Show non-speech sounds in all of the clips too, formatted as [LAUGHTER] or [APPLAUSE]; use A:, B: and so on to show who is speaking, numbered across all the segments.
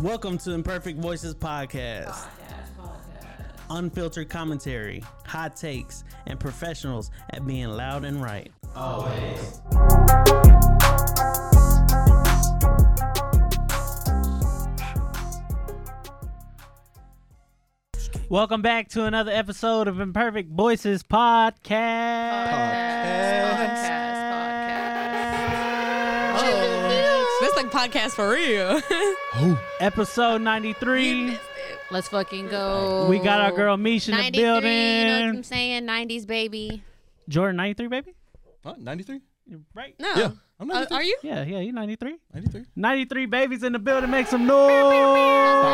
A: Welcome to Imperfect Voices Podcast. Unfiltered commentary, hot takes, and professionals at being loud and right.
B: Welcome back to another episode of Imperfect Voices podcast.
C: This like podcast for real.
B: Episode 93.
D: Let's fucking go.
B: We got
C: Oh.
B: our girl Misha in the
D: 93, You know what I'm
B: building.
D: saying? 90s baby.
B: Jordan 93, baby?
E: Huh? 93?
B: Right?
C: No.
E: Yeah. I'm
C: Uh,
E: 93.
C: are you?
B: Yeah, yeah, you 93.
E: 93.
B: 93 babies in the building. Make some
C: I
B: noise.
C: know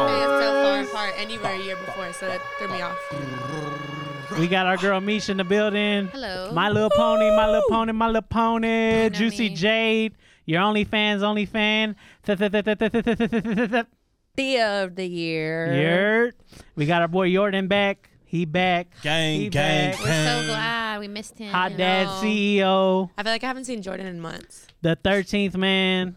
C: it's so far apart, and you were a year before, so that threw me off.
B: We got our girl Misha in the building.
D: Hello.
B: My little pony, my little pony, my little pony.
D: know
B: Juicy
D: me.
B: Jade. Your OnlyFans, OnlyFan. Th- th- th- th- th- th- th- th- th- th- th-
D: The of the year.
B: Yurt. We got our boy Jordan back. He back.
E: Gang,
B: he
E: gang,
B: back.
D: We're so glad we missed him.
B: Hot
D: you
B: Dad
D: know.
B: CEO,
C: I feel like I haven't seen Jordan in months.
B: the 13th man,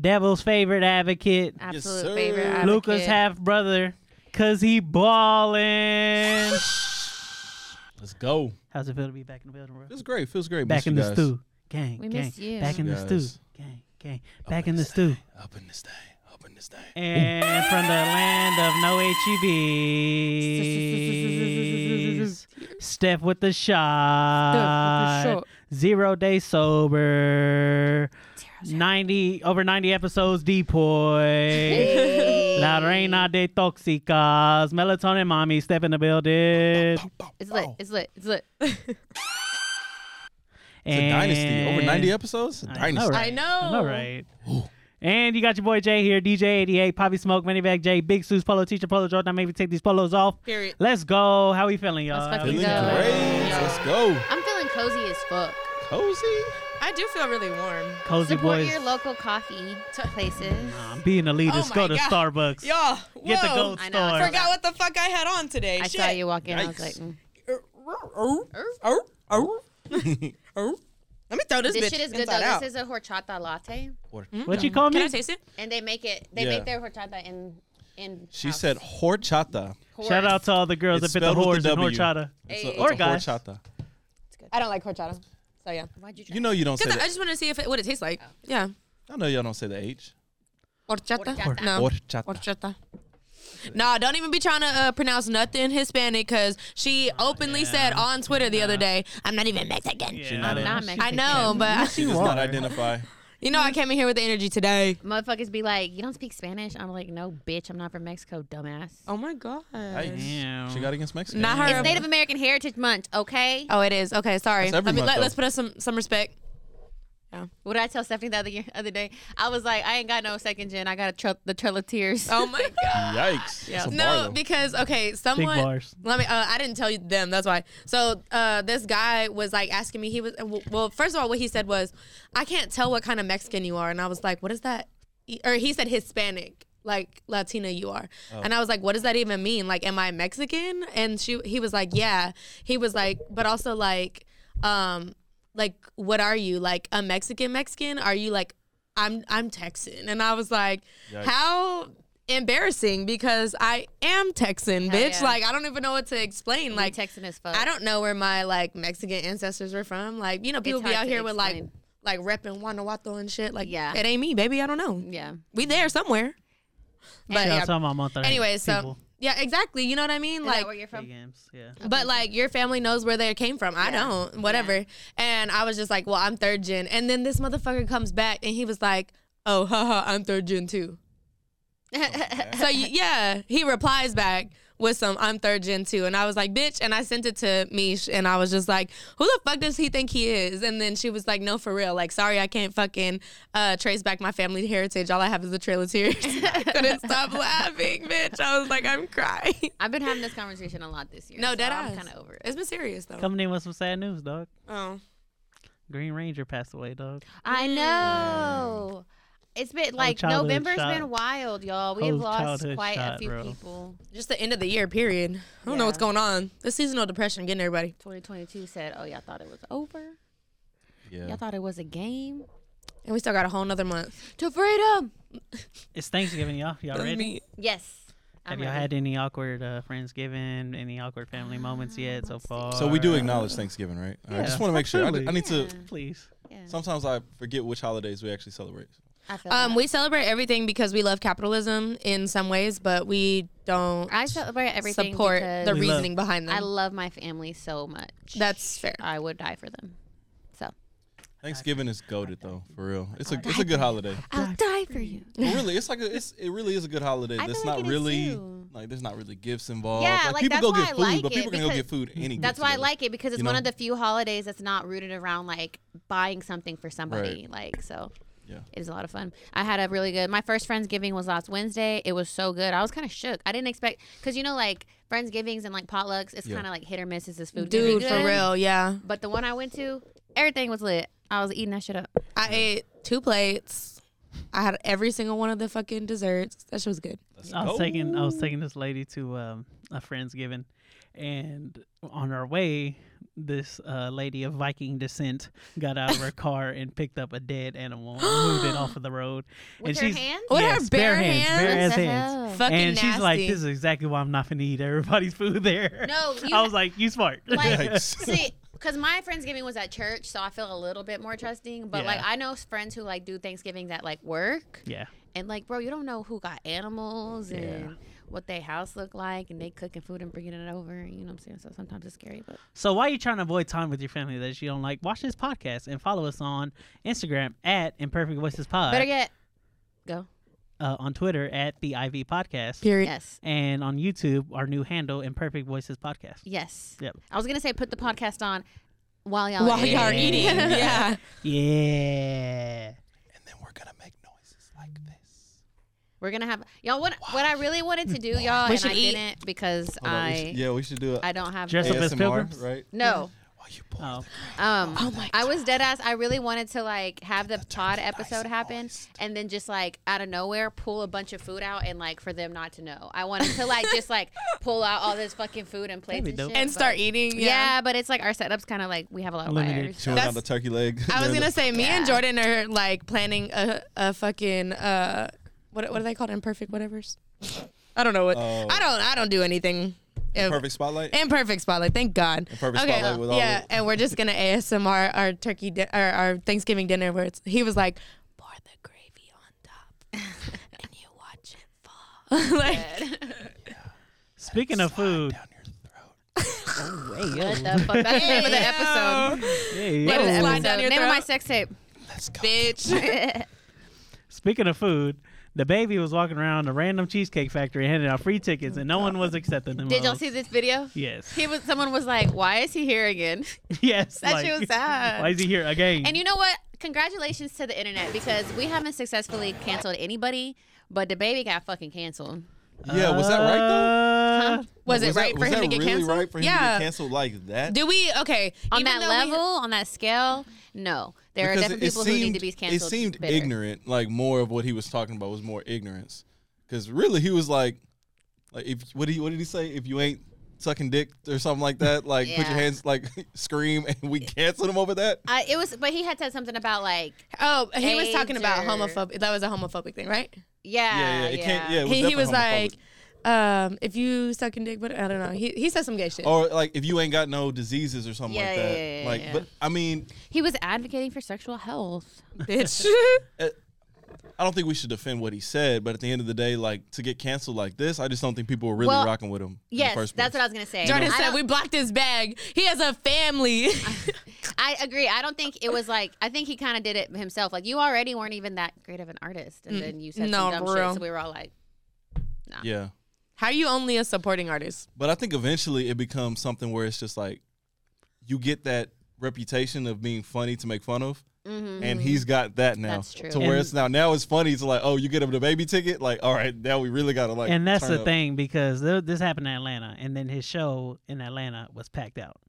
B: Devil's favorite advocate,
D: Absolute
E: sir.
D: favorite. Advocate.
B: Luca's half brother, cause he ballin'.
E: Let's go.
B: How's it feel to be back in the building, bro?
E: Feels great. Feels great.
B: Back
E: Miss
B: in
E: you
B: the
E: guys.
B: stew. Gang,
D: We
B: gang.
D: miss you.
B: Back in the
E: Yes.
B: stew. Gang, gang. Back in the stew.
E: Up in this thing. Up in this thing.
B: And from the land of no E HEBs, Steph with the shot.
D: shot.
B: Zero day sober. 90 over 90 episodes
D: [LAUGHS]
B: depoy. La reina de toxicas. Melatonin mommy, step in the building.
D: It's
B: [LAUGHS]
D: lit. It's lit. It's lit.
B: Oh.
E: It's a dynasty. Over 90 episodes? It's a
B: I
E: dynasty.
B: know, right?
C: I know.
B: All right. And you got your boy Jay here, DJ88, Poppy Smoke, Manivag Jay, Big Suits, Polo Teacher, Polo Jordan. Maybe take these polos off.
C: Period.
B: Let's go. How we feeling, y'all?
D: Let's
B: How we
E: Feeling
D: fucking go.
E: great. Let's go.
D: I'm feeling cozy as fuck.
E: Cozy.
C: I do feel really warm.
B: Cozy
D: Support
B: boys.
D: your local coffee places.
B: Being a leader,
C: Oh
B: go to
C: my God.
B: Starbucks.
C: Y'all, whoa.
B: Get the gold
D: I know, I
B: star.
C: I forgot what the fuck I had on today.
D: I
C: Shit.
D: saw you walk in. I was
E: Yikes.
D: like, mm.
C: Oh, oh,
B: [LAUGHS]
C: oh, oh. Let me throw this,
D: this
C: bitch
D: shit is good
C: inside
D: though.
C: out.
D: This is a horchata latte,
E: Water.
C: Mm-hmm.
B: What you call
C: Can I
B: me?
C: taste it?
D: and they make it. They
E: Yeah.
D: make their horchata in in.
E: She
D: house.
E: said horchata.
D: Horse.
B: Shout out to all the girls
E: It's
B: that fit the
E: spelled with
B: whores
E: the
B: in
E: W.
B: horchata.
E: It's a, it's
B: Or
E: a
B: guys.
E: horchata.
C: I don't like horchata, so yeah.
D: Why'd you try?
E: You know you don't say
C: Because I
E: that.
C: just want to see if it, what it tastes like. Yeah.
E: I know y'all don't say the H.
C: Horchata? No.
E: Horchata.
C: Horchata. Nah, don't even be trying to uh, pronounce nothing Hispanic because she openly said on Twitter the other day, I'm not even Mexican.
B: Yeah.
E: not
D: I'm not Mexican.
C: I know, but
E: She does not identify.
C: [LAUGHS] you know, I came in here with the energy today.
D: Motherfuckers be like, you don't speak Spanish. I'm like, no, bitch, I'm not from Mexico, dumbass.
C: Oh my God.
E: Yikes.
B: Damn.
E: She got against Mexico.
C: Not her.
D: It's Native American Heritage Month, okay?
C: oh, it is. Okay, sorry.
E: That's every
C: Let me,
E: month,
C: let,
E: though.
C: let's put us some, some respect.
D: What did I tell Stephanie the other year, other day? I was like, I ain't got no second gen. I got a tr- the Trail of Tears.
E: [LAUGHS]
C: Oh my God.
E: Yikes. That's a bar,
C: No,
E: though.
C: because okay, someone.
B: bars.
C: Let me. Uh, I didn't tell you them. That's why. So uh, this guy was like asking me. He was well. First of all, what he said was, "I can't tell what kind of Mexican you are," and I was like, "What is that?" Or he said Hispanic, like Latina you are, and I was like, "What does that even mean? Like, am I Mexican?" And she, he was like, "Yeah." He was like, but also like, um, like what are you? Like a Mexican Mexican? Are you like? I'm I'm Texan, and I was like,
E: Yikes.
C: how embarrassing because I am Texan,
D: Hell
C: bitch.
D: yeah.
C: Like I don't even know what to explain.
D: [LAUGHS] like
C: Like
D: Texan as fuck.
C: I don't know where my like Mexican ancestors were from. Like you know, people
D: It's
C: be
D: hard
C: out
D: to
C: here with like
D: explain.
C: like repping Guanajuato and shit. Like
D: Yeah.
C: it ain't me, baby. I don't know.
D: Yeah.
C: We there somewhere. But
B: Shout out
C: yeah.
B: to all my Monterrey
C: anyway, so
B: people.
C: yeah, exactly. You know what I mean?
D: Is
C: like
D: that where you're from?
B: Big M's, yeah.
C: but like your family knows where they came from. I don't. Whatever. And I was just like, well, I'm third gen. And then this motherfucker comes back and he was like, oh, haha, I'm third gen too. so y- yeah, he replies back with some I'm third gen too, and I was like, bitch. And I sent it to Mish, and I was just like, who the fuck does he think he is? And then she was like, no, for real. Like, sorry, I can't fucking uh, trace back my family heritage. All I have is the Trail of Tears. [LAUGHS] I couldn't stop laughing, bitch. I was like, I'm crying.
D: I've been having this conversation a lot this year.
C: No,
D: so
C: dead
D: I'm
C: ass.
D: kind of over it.
C: It's been serious though.
B: Coming in with some sad news, dog.
C: Oh.
B: Green Ranger passed away, dog.
D: I know. It's been like
B: childhood
D: November's
B: shot.
D: been wild, y'all. We've
B: Whole
D: lost
B: childhood
D: quite a
B: shot,
D: few
B: bro.
D: people.
C: Just the end of the year, period. I don't know what's going on. The seasonal depression getting everybody.
D: 2022 said, "Oh, y'all thought it was over.
E: Yeah.
D: Y'all thought it was a game
C: And we still got a whole nother month.
D: to freedom."
B: It's Thanksgiving, y'all. Y'all ready?
D: Yes.
B: Have
D: I'm
B: y'all
D: ready.
B: had any awkward uh, Friendsgiving, any awkward family moments yet so far?
E: So we do
D: Uh,
E: acknowledge Thanksgiving, right? I just want to make sure. I, I need to.
B: [LAUGHS] Please.
E: Sometimes I forget which holidays we actually celebrate.
D: I feel
C: Um,
D: that.
C: we celebrate everything because we love capitalism in some ways, but we don't
D: I celebrate everything
C: support
D: because
C: the
B: We love-
C: reasoning behind them.
D: I love my family so much.
C: That's fair.
D: I would die for them. So
E: Thanksgiving is goaded though, for real. It's a it's a good holiday.
D: [LAUGHS] I'll die for you.
E: But really, it's like a, it's it really is a good holiday.
D: I
E: That's
D: feel like
E: not
D: it is
E: really
D: too.
E: like there's not really gifts involved.
D: Yeah, like,
E: people go
D: that's why
E: get
D: I
E: food,
D: like
E: but
D: it,
E: people can go get
D: because-
E: food any.
D: [LAUGHS] That's why I like it because it's
E: You
D: one
E: know?
D: of the few holidays that's not rooted around like buying something for somebody. Like so.
E: Yeah.
D: [LAUGHS] It is a lot of fun. I had a really good. My first friendsgiving was last Wednesday. It was so good. I was kind of shook. I didn't expect because you know like friendsgivings and like potlucks, it's
E: Yeah.
D: kind of like hit or miss. Is this food gonna be
C: Dude, for
D: good?
C: real, yeah.
D: But the one I went to, everything was lit. I was eating that shit up.
C: I ate two plates. I had every single one of the fucking desserts. That shit was good.
B: I was
E: Oh.
B: taking I was taking this lady to um, a friendsgiving, and on our way, this uh, lady of Viking descent got out of her car and picked up a dead animal and moved it off of the road.
D: With
B: and
D: her hands?
C: With her
B: yes,
C: bare hands?
B: bare
C: What
B: ass
D: the
B: hands.
C: [LAUGHS]
D: hell?
C: Fucking
B: and she's like,
C: nasty.
B: "This is exactly why I'm not finna eat everybody's food there."
D: No,
B: [LAUGHS]
D: you-
B: I was like, "You smart."
D: Like,
E: Yikes. [LAUGHS]
C: [LAUGHS]
D: see, because my friendsgiving was at church, so I feel a little bit more trusting. But like,
B: Yeah.
D: I know friends who like do Thanksgiving at like work,
B: [LAUGHS] yeah,
D: and like, bro, you don't know who got animals and what their house look like, and they cooking food and bringing it over. You know what I'm saying? So sometimes it's scary, but
B: So why are you trying to avoid time with your family that you don't like? Watch this podcast and follow us on Instagram at Imperfect Voices
C: Uh,
B: Pod,
D: better yet, go.
B: uh, on Twitter at the IV Podcast,
C: Period.
D: Yes,
B: and on YouTube our new handle Imperfect Voices Podcast.
D: yes.
B: Yep.
D: I was gonna say put the podcast on while y'all
C: While
D: eat.
C: y'all are eating, yeah.
D: [LAUGHS]
B: Yeah.
E: And then we're gonna make noises like this.
D: We're gonna have y'all. What what I really wanted to do, y'all, and
C: should
D: I
C: eat.
D: didn't because
E: Hold on, Oh, we
D: I
E: should- yeah, we should do it.
D: I don't have
B: Dress
D: the-
B: up as
E: ASMR,
B: pilgrims?
E: right?
D: no.
E: While you pour
B: Oh.
D: Um, I was dead ass. I really wanted to like have the pod episode happen, and then just like out of nowhere pull a bunch of food out and like for them not to know. I wanted to like just like pull out all this fucking food and plates
B: That'd be
D: and
B: dope.
D: shit,
C: And
D: but-
C: start eating.
D: Yeah.
C: Yeah.
D: but it's like our setup's kind of like we have a lot of
B: Limited.
D: wires.
E: chewing
C: That's-
E: out the turkey leg. [LAUGHS]
C: I was
E: during
C: gonna
E: the-
C: say, me and
D: Yeah.
C: Jordan are like planning a a fucking uh, what what are they called? Imperfect whatever's. I don't know what.
E: Oh.
C: I don't. I don't do anything. If-
E: perfect spotlight.
C: Imperfect spotlight. Thank God.
E: Imperfect spotlight with all
C: yeah,
E: the-
C: and we're just gonna ASMR our turkey di- or our Thanksgiving dinner where it's he was like, pour the gravy on
E: [LAUGHS]
C: top, and you watch it fall. [LAUGHS] like,
B: Speaking of food,
D: What the fuck? That's the
C: [LAUGHS]
D: name of the episode.
B: Hey,
C: Let
B: yo.
C: it slide down
D: episode.
C: your
D: Name of my
C: throat.
D: sex tape.
C: bitch.
B: speaking of food, the baby was walking around a random cheesecake factory handing out free tickets, and no one was accepting them.
D: Did y'all
B: hoes. [LAUGHS]
D: see this video?
B: Yes.
D: He was. Someone was like, "Why is he here again?" [LAUGHS]
B: yes.
D: That shit was sad.
B: Why is he here again?
D: And you know what? Congratulations to the internet because we haven't successfully canceled anybody, but the baby got fucking canceled.
E: [LAUGHS] yeah, was that right though?
B: Uh,
D: Huh?
C: Was it
E: Was
C: right
E: that,
C: for
E: was
C: him
E: that
C: to get
E: really
C: canceled?
E: right for him to
C: yeah.
E: get canceled like that?
C: Do we okay
D: On
C: even
D: that
C: though we-
D: level, on that scale, no. There are
E: Because
D: definitely people who need to be canceled.
E: It seemed
D: better.
E: ignorant. Like more of what he was talking about was more ignorance, because really he was like, like if what did he, what did he say? If you ain't sucking dick or something like that,
D: [LAUGHS]
E: like put
D: Yeah.
E: your hands like [LAUGHS] scream, and we canceled him over that.
D: I, it was, but he had said something about like,
C: Oh, he was talking about
D: AIDS or-
C: homophobic. That was a homophobic thing, right?
D: [LAUGHS] Yeah,
E: yeah, yeah. It can't. Yeah, it was
C: He, he
E: definitely
C: was like,
E: homophobic.
C: um, if you suck in dick, but I don't know. He he said some gay shit.
E: or like if you ain't got no diseases or something
D: Yeah,
E: like
D: yeah,
E: that.
D: yeah, yeah,
E: like,
D: yeah.
E: but I mean,
D: He was advocating for sexual health.
C: [LAUGHS]
E: [LAUGHS]
C: Bitch. [LAUGHS]
E: I don't think we should defend what he said. But at the end of the day, like to get canceled like this, I just don't think people were really
D: Well,
E: rocking with him. in the
D: Yes,
E: first
D: that's
E: place.
D: what I was gonna say.
C: Jordan
D: I
C: said
D: don't-
C: we blocked his bag. He has a
D: [LAUGHS]
C: family. [LAUGHS]
D: I agree. I don't think it was like. I think he kind of did it himself. Like you already weren't even that great of an artist, and then you said
C: no, for
D: some dumb
C: real.
D: shit. So we were all like,
E: Yeah,
C: How are you only a supporting artist?
E: but I think eventually it becomes something where it's just like you get that reputation of being funny to make fun of. And he's got that now.
D: Mm-hmm. That's true.
E: To where
B: And-
E: it's now now it's funny to like, oh, you get him the baby ticket? Like, all right, now we really gotta like
B: and that's
E: turn
B: the
E: up.
B: thing because th- this happened in Atlanta, and then his show in Atlanta was packed out.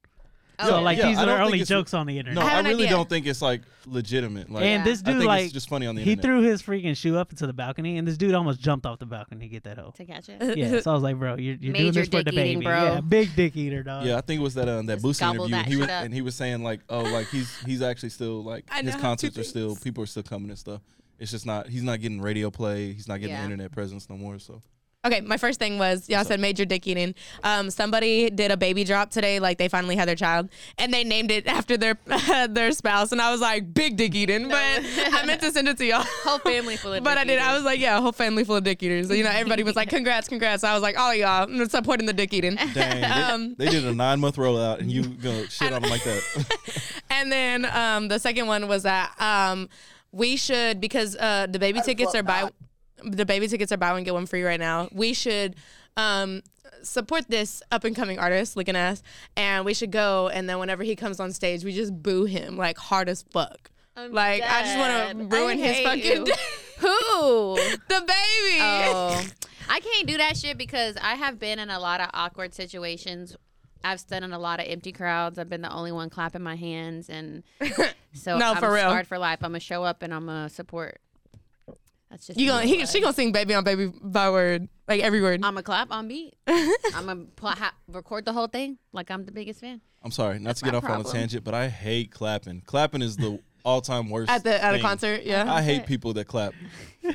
D: oh,
B: so like
E: yeah,
B: these
E: I
B: are
E: don't
B: the
E: think
B: early
E: it's-
B: jokes on the internet.
E: No,
C: I
E: I,
C: have an
E: really
C: idea.
E: don't think it's like legitimate. Like
B: and this
E: I think
B: dude
E: it's
B: like
E: just funny on the
B: he
E: internet.
B: threw his freaking shoe up into the balcony, and this dude almost jumped off the balcony to get that hoe.
D: to catch
B: [LAUGHS]
D: it.
B: Yeah, so I was like, bro, you're, you're doing
D: Major
B: this for the
D: dick eating,
B: baby,
D: bro.
B: yeah, big dick eater, dog.
E: Yeah, I think it was that um, that
D: Just
E: Boosie
D: gobble
E: interview.
D: that
E: He was,
D: shit up.
E: and he was saying like, oh, like he's he's actually still like
C: I
E: his
C: know how
E: concerts
C: to
E: are still
C: think.
E: people are still coming and stuff. It's just not he's not getting radio play. He's not getting
D: Yeah.
E: internet presence no more. So
C: Okay, my first thing was y'all said major dick eating. Um, somebody did a baby drop today, like they finally had their child, and they named it [LAUGHS] after their their spouse, and I was like, big dick eating, but I meant to send it to y'all.
D: [LAUGHS] [LAUGHS]
C: [LAUGHS]
D: Whole family full of
C: But
D: dick
C: I did. I
D: eaters.
C: was like, yeah, whole family full of dick eaters. You know, everybody was
D: [LAUGHS]
C: like, congrats, congrats. I was like, all y'all, I'm supporting the
E: [LAUGHS]
C: dick eating.
E: dang, they,
C: Um,
E: they did a nine month rollout, and you go shit on him like that.
C: And then um, the second one was that um, we should because uh, the baby tickets are buy the baby tickets are buy one get one free right now. We should um, support this up and coming artist, Lickin' Ass, and we should go. And then whenever he comes on stage, we just boo him like hard as fuck. like I just want
D: dead.
C: to
D: I
C: ruin his
D: hate
C: fucking
D: you.
C: day.
D: [LAUGHS] Who?
C: [LAUGHS] the baby.
D: Oh, [LAUGHS] I can't do that shit because I have been in a lot of awkward situations. I've stood in a lot of empty crowds. I've been the only one clapping my
C: [LAUGHS]
D: hands, and so
C: No,
D: I'm
C: for real.
D: scarred for life. I'm gonna show up and I'm gonna support. That's just
C: You
D: the
C: gonna
D: way
C: he,
D: it
C: she
D: was.
C: gonna sing baby on baby by word like every word.
D: I'm gonna clap
C: [LAUGHS]
D: on beat. I'm gonna pl- ha- record the whole thing like I'm the biggest fan.
E: [LAUGHS] I'm sorry, not to get off on
D: problem.
E: a tangent, but I hate clapping. Clapping is the all time worst
C: at the at a
E: thing.
C: concert, yeah. [LAUGHS]
E: I hate people that clap.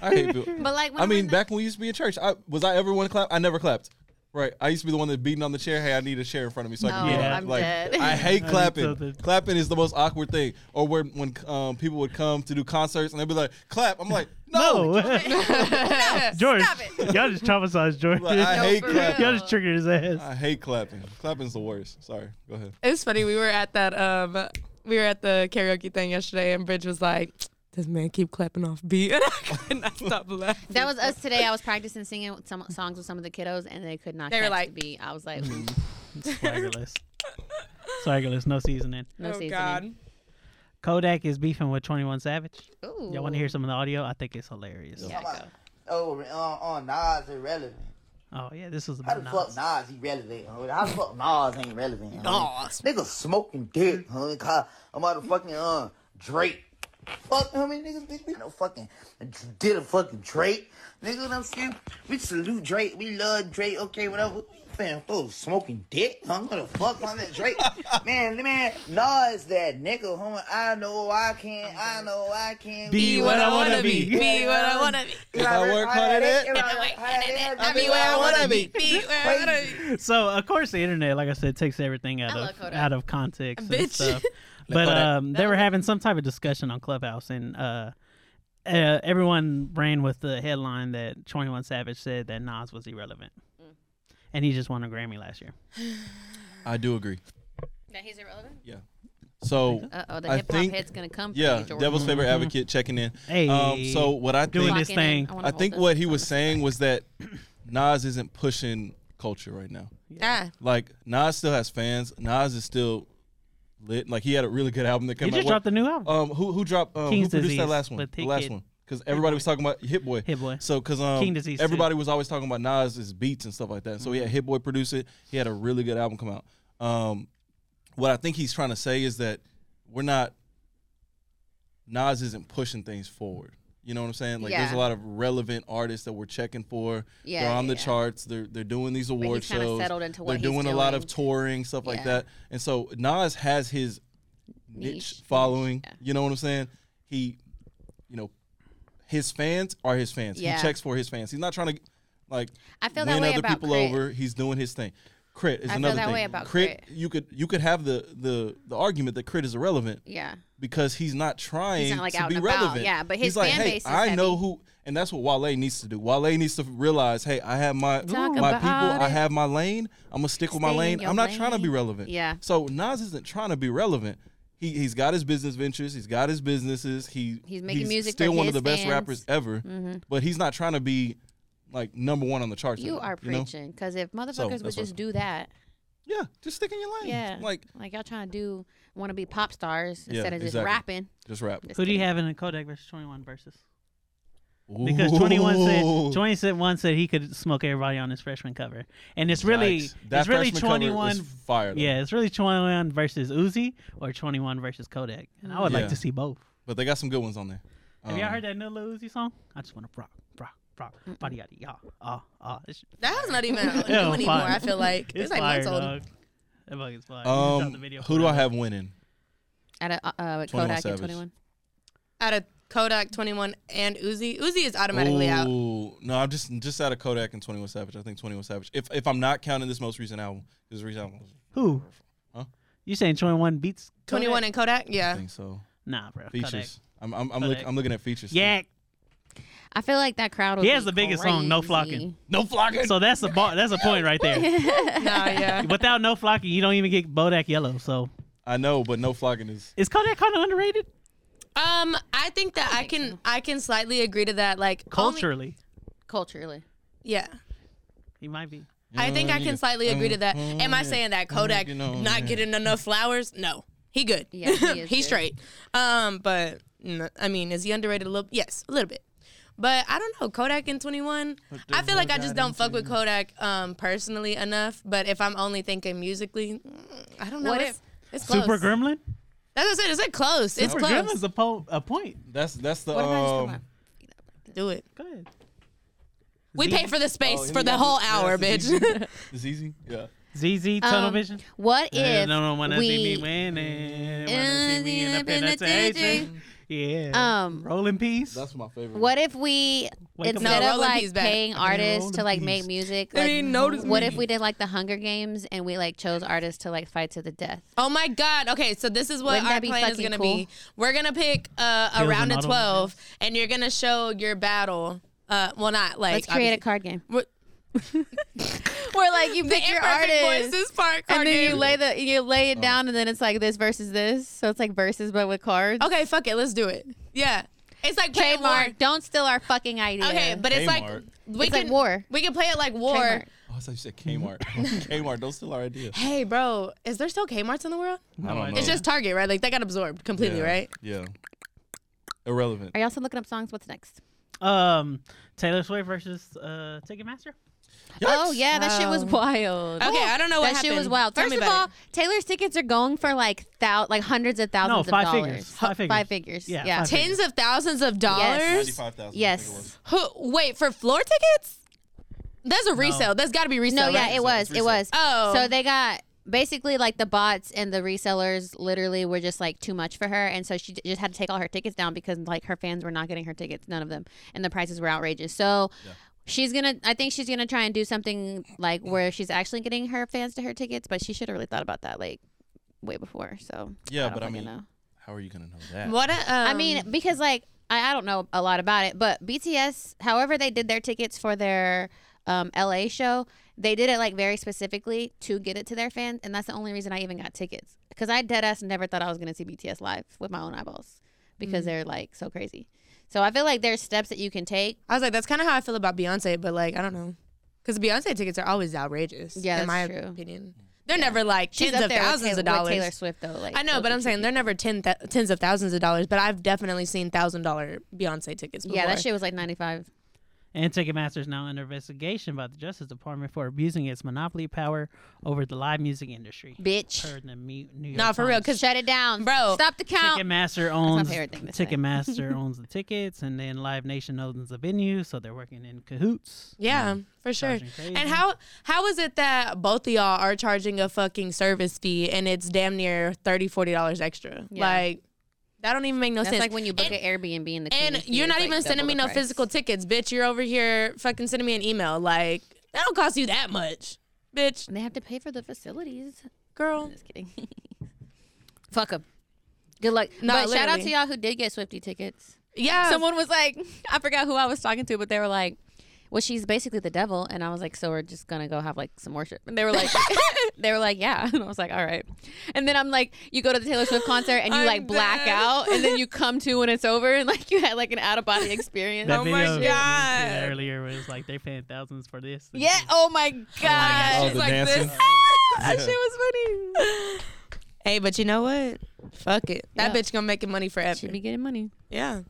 E: I hate people.
D: But like, when
E: I
D: I'm in
E: mean,
D: the-
E: back when we used to be in church, I, was I ever one to clap? I never clapped. Right, I used to be the one that beating on the chair. Hey, I need a chair in front of me so I can
D: No,
E: get up.
D: I'm
E: like,
D: dead.
E: I hate clapping.
B: something.
E: clapping is the most awkward thing. Or where when um, people would come to do concerts and they'd be like, "Clap!" I'm like, "No."
B: No, [LAUGHS] George, [LAUGHS] y'all just traumatized George.
E: Like, I hate clapping.
B: y'all just triggered his ass.
E: I hate clapping. Clapping's the worst. Sorry. Go ahead.
C: It was funny. We were at that um we were at the karaoke thing yesterday and Bridge was like, This man keep clapping off beat and I could not stop laughing.
D: That was us today. I was practicing singing with some songs with some of the kiddos, and they could not.
C: They were like-
D: catch
C: "Oh,
D: the beat. I was
C: [LAUGHS]
D: like,
B: [LAUGHS] Swaggerless, swaggerless, no seasoning.
D: no seasoning.
B: Kodak is beefing with Twenty One Savage.
D: Ooh.
B: Y'all want to hear some of the audio? I think it's hilarious.
D: Yeah, go.
F: Oh, re- on, on Nas irrelevant.
B: Oh yeah, this was
F: How the
B: about
F: fuck
B: Nas.
F: Nas irrelevant? Homie? How the fuck Nas ain't relevant? Nas, niggas smoking dick, homie. Ca- A motherfucking uh Drake. Fuck, homie, niggas think we no fucking did a fucking Drake. Nigga, what I'm saying? We salute Drake. We love Drake. Okay, whatever. Man, oh, smoking dick, huh? What the fuck on that Drake? man, man, Nas that nigga, homie. I know I can't. I know I can't
B: Be what I wanna be.
C: Be what I wanna be.
F: If
E: I work hard at it,
C: I be where I wanna be. Be where I wanna be.
B: [LAUGHS] So of course the internet, like I said, takes everything out
D: I love
B: of
D: Kodak.
B: out of context and
C: Bitch.
B: stuff. But
E: Kodak.
B: um, they were having some type of discussion on Clubhouse, and uh, uh, everyone ran with the headline that Twenty One Savage said that Nas was irrelevant, and he just won a Grammy last year.
E: I do agree.
D: That he's irrelevant.
E: Yeah. So
D: Uh oh, the
E: I
D: hip hop
E: think-
D: head's gonna come. for you,
E: yeah,
D: Jordan.
E: devil's favorite advocate checking in.
B: Mm-hmm. Hey,
E: Um, so what I think
B: doing this
D: Clocking in.
B: thing.
D: wanna
E: I
D: hold
E: think
D: this.
E: what he was saying was that [CLEARS THROAT] Nas isn't pushing culture right now.
C: Ah.
E: Like Nas still has fans. Nas is still lit. Like he had a really good album that came
B: He
E: out.
B: just
E: What-
B: dropped a new album.
E: Um, who who dropped? Um, who
B: King's
E: produced that
B: Disease
E: last one?
B: with
E: The
B: Hit
E: last
B: Kid.
E: one. Because everybody was talking about Hit Boy.
B: Hit Boy.
E: So because um,
B: King Disease, too. Mm-hmm.
E: everybody was always talking about Nas's beats and stuff like that. So he had Hit Boy produce it. He had a really good album come out. Um, what I think he's trying to say is that we're not. Nas isn't pushing things forward. You know what I'm saying? Like there's a
D: Yeah.
E: lot of relevant artists that we're checking for.
D: Yeah,
E: they're on
D: yeah,
E: the
D: yeah.
E: charts. They're they're doing these award
D: he's kinda
E: shows.
D: settled into what
E: they're
D: he's
E: doing, a lot
D: doing.
E: of touring stuff like
D: Yeah.
E: that. And so Nas has his niche,
D: Niche, niche,
E: following.
D: yeah.
E: You know what I'm saying? He, you know, his fans are his fans.
D: Yeah.
E: He checks for his fans. He's not trying to like
D: I feel that
E: win
D: way
E: other
D: about
E: people
D: Crit.
E: over. He's doing his thing. Crit is
D: I feel
E: another
D: that
E: thing.
D: way about Crit.
E: You could you could have the the the argument that Crit is irrelevant
D: Yeah.
E: because he's not trying
D: like,
E: to
D: out
E: be
D: and about.
E: relevant.
D: Yeah, but his
E: he's like,
D: fan
E: hey,
D: base is
E: I know
D: heavy."
E: who, and that's what Wale needs to do. Wale needs to realize, hey, I have my
D: Talk
E: my
D: about
E: people, I
D: it.
E: have my lane. I'm gonna stick with my
D: Stay in
E: lane.
D: your
E: I'm not trying to be
D: lane.
E: relevant.
D: Yeah.
E: So Nas isn't trying to be relevant. He he's got his business ventures. He's got his businesses. He
D: He's making music
E: Still
D: for
E: one of
D: his
E: the best
D: fans. Mm-hmm.
E: rappers ever. But he's not trying to be like number one on the charts.
D: You
E: right now,
D: are
E: know?
D: preaching because if
E: So,
D: motherfuckers
E: that's
D: would
E: what-
D: just do that,
E: Yeah, just stick in your lane.
D: yeah,
E: [LAUGHS] Like
D: like y'all trying to do want to be pop stars
E: Yeah,
D: instead of just
E: exactly.
D: rapping.
E: just rap.
D: Just
B: Who do you
D: kidding.
B: have in a Kodak versus 21 versus? Because 21
E: Ooh.
B: said 21 said he could smoke everybody on his freshman cover, and it's really
E: Yikes. That
B: it's really
E: freshman cover is
B: 21.
E: fire, though.
B: yeah, it's really 21 versus Uzi or 21 versus Kodak, and I would
E: Yeah. Uh,
B: like to see both.
E: But they got some good ones on there. Um,
B: Have y'all heard that new Lil Uzi song? I just want to rock, rock, rock, body yada yada, ah, ah. It's-
C: That was not [LAUGHS] even new
B: Yeah,
C: anymore.
B: fire.
C: I feel like it's,
B: It's
C: like
B: fire,
C: months old.
B: dog. That fuck is fire. You just dropped
E: Um,
B: the video
E: who
B: for
E: do I
B: that.
E: have winning?
D: At a uh, uh,
E: 21
D: Kodak
E: Savage.
D: and 21.
C: Out of Kodak, Twenty One, and Uzi. Uzi is automatically out.
E: Ooh, No, I'm just just out of Kodak and 21 Savage. I think 21 Savage. If if I'm not counting this most recent album, this recent album,
B: Who?
E: Huh?
B: You saying 21 beats
C: Twenty One and Kodak.
E: I
C: Yeah.
E: think so.
B: Nah, bro. Kodak.
E: Features. I'm I'm I'm, look,
B: Kodak.
E: I'm looking at features. too.
B: Yeah.
D: I feel like that crowd. Would
B: He
D: be
B: has the biggest song, No
D: crazy.
B: Flocking.
E: No flocking.
B: So that's a bar, that's a point right
C: [LAUGHS]
B: there.
C: nah, yeah.
B: Without no flocking, you don't even get Bodak Yellow. So
E: I know, but no flocking is.
B: is Kodak kind of underrated
C: Um, I think that I can I can slightly agree to that. Like only-
B: culturally?
D: Culturally,
C: yeah.
B: he might be.
C: I think I can slightly agree to that.
E: Mm,
C: Am I
E: mm,
C: saying that Kodak
E: Mm-hmm. you know, mm-hmm.
C: not
E: yeah.
C: getting enough flowers? No, he good.
D: Yeah,
C: [LAUGHS]
D: he
C: he's
D: is good.
C: straight. Um, but n- I mean, is he underrated a little? Yes, a little bit. But I don't know Kodak in Twenty One. I feel like I just don't fuck with Kodak um, personally enough. But if I'm only thinking musically, mm, I don't know.
D: What
C: it's, it's close.
B: Super Gremlin.
C: That's what I said. Is it close? It's
B: Super
C: close.
B: Gremlin's a, po- a point.
E: That's that's the
D: what if I just put my
E: um.
D: feet up?
C: Do it.
B: Go ahead.
C: We pay for the space
E: oh,
C: for the
E: yeah,
C: whole
E: yeah,
C: hour,
E: it's
C: bitch.
E: easy. It's easy. Yeah.
B: ZZ Tunnel
D: Um,
B: Vision.
D: What
B: They
D: if
B: don't wanna
D: we
B: see me winning. Wanna see me in a
D: in a
B: penitentiation. Yeah.
D: Um,
B: Roll in peace.
E: That's my favorite.
D: What if we
B: Wake 'em
D: instead
C: up.
D: of
C: Roll in
D: like
C: peace back.
D: paying
B: I mean, roll
D: artists
B: in
D: to like
B: peace.
D: make music?
C: They
D: like,
C: ain't notice
D: what
C: me.
D: if we did like the Hunger Games and we like chose artists to like fight to the death?
C: Oh my God. Okay, so this is what
D: Wouldn't
C: our
D: that be
C: plan is
D: fucking
C: going to
D: cool?
C: be. We're going to pick uh, a
B: Kills
C: round
B: and auto
C: of 12, and you're going to show your battle. Uh, well, not like.
D: Let's create a card game. [LAUGHS]
C: What-
D: Where like you
C: The
D: pick your
C: imperfect
D: artist.
C: voices part
D: And
C: card
D: then you
C: game. Oh.
D: lay the you lay it down, and then it's like this versus this, so it's like versus but with cards.
C: Okay, fuck it. Let's do it. Yeah. It's like playing
D: Trademark. Don't steal our fucking idea.
C: war. Okay, but it's
E: Kmart.
C: like. We
D: It's like
C: can,
D: war.
C: We can play it like war.
D: Trademark.
E: Oh, I thought you said
C: [LAUGHS]
E: Kmart. [LAUGHS] Kmart, don't steal our idea.
C: Hey, bro, is there still Kmart's in the world?
E: I don't know.
C: It's just Target, right? Like, that got absorbed completely,
E: yeah.
C: right?
E: Yeah. Irrelevant.
D: Are y'all still looking up songs? What's next?
B: um, Taylor Swift versus uh, Ticketmaster.
D: Oh yeah, that shit was wild.
C: Okay, I don't know what
D: that shit was
C: happened.
D: wild.
C: Tell
D: First
C: me
D: of
C: about
D: all,
C: it.
D: Taylor's tickets are going for like thou- like hundreds of thousands
B: No,
D: of
B: five
D: dollars.
B: figures. Five figures.
D: Five figures.
B: Yeah,
D: Yeah.
B: five figures.
C: Tens of thousands of dollars?
E: Ninety-five thousand.
D: Yes.
C: Who, wait, for floor tickets? That's a resale. That's got to be resale.
D: No, yeah,
C: right?
D: it was. It was.
C: Oh.
D: So they got basically like the bots and the resellers literally were just like too much for her and so she d- just had to take all her tickets down because like her fans were not getting her tickets none of them and the prices were outrageous so she's gonna i think she's gonna try and do something like where she's actually getting her fans to her tickets but she should have really thought about that like way before so
E: Yeah,
D: don't
E: but I mean,
D: fucking know.
E: how are you gonna know that?
C: What a, um,
D: I mean, because like I, I don't know a lot about it, but BTS, however they did their tickets for their um, LA show, they did it like very specifically to get it to their fans, and that's the only reason I even got tickets. Because I dead ass never thought I was gonna see BTS live with my own eyeballs because they're like so crazy. So I feel like there's steps that you can take.
C: I was like, that's kind of how I feel about Beyonce, but like, I don't know, because Beyonce tickets are always outrageous.
D: Yeah,
C: in
D: that's
C: my
D: true.
C: opinion, they're never like
D: She's
C: tens of
D: up there with
C: thousands
D: Ta-
C: of dollars.
D: With Taylor Swift though, like
C: I know,
D: those
C: but
D: are
C: I'm saying
D: tricky.
C: they're never ten th- tens of thousands of dollars. But I've definitely seen thousand dollar Beyonce tickets. Before.
D: Yeah, that shit was like 95.
B: And Ticketmaster is now under investigation by the Justice Department for abusing its monopoly power over the live music industry. Per
D: Bitch,
B: the Mu- New York
C: Nah, for real,
B: Times.
C: because
D: shut it down,
C: Bro.
D: Stop the count.
B: Ticketmaster owns
D: favorite thing to say. [LAUGHS]
B: Ticketmaster owns the tickets, and then Live Nation owns the venue, so they're working in cahoots.
C: yeah, for sure.
B: Charging crazy.
C: And how how is it that both of y'all are charging a fucking service fee and it's damn near 30 40 dollars extra?
D: Yeah.
C: Like That don't even make no
D: That's
C: sense.
D: like when you book
C: and,
D: an Airbnb in
C: and
D: the community,
C: you're
D: it's,
C: not
D: like,
C: even sending
D: double
C: me
D: the
C: no
D: price.
C: physical tickets, bitch. You're over here fucking sending me an email. Like that don't cost you that much, bitch.
D: And they have to pay for the facilities. [LAUGHS]
C: Girl,
D: Just kidding. [LAUGHS] Fuck them. Good luck.
C: No,
D: but shout out
C: literally.
D: to y'all who did get Swifty tickets.
C: yeah.
D: Someone was like, [LAUGHS] I forgot who I was talking to, but they were like, well, she's basically the devil. And I was like, so we're just going to go have like some worship. And they
C: [LAUGHS]
D: were like, [LAUGHS] they were like, yeah. [LAUGHS] And I was like, all right. And then I'm like, you go to the Taylor Swift concert and you
C: I'm
D: like black
C: dead.
D: out. And
C: [LAUGHS]
D: then you come to when it's over and like you had like an out of body experience.
B: That
C: Oh my
B: video we
C: God.
B: did earlier where it's like they're paying thousands for this. and
D: yeah.
B: this.
D: Oh my God.
E: Oh,
C: She's
E: the
C: like
E: dancing.
C: [LAUGHS]
E: Yeah.
C: this. was funny. [LAUGHS] Hey, but you know what? Fuck it. That
D: Yeah.
C: bitch gonna make it money forever.
D: Should be getting money.
C: yeah.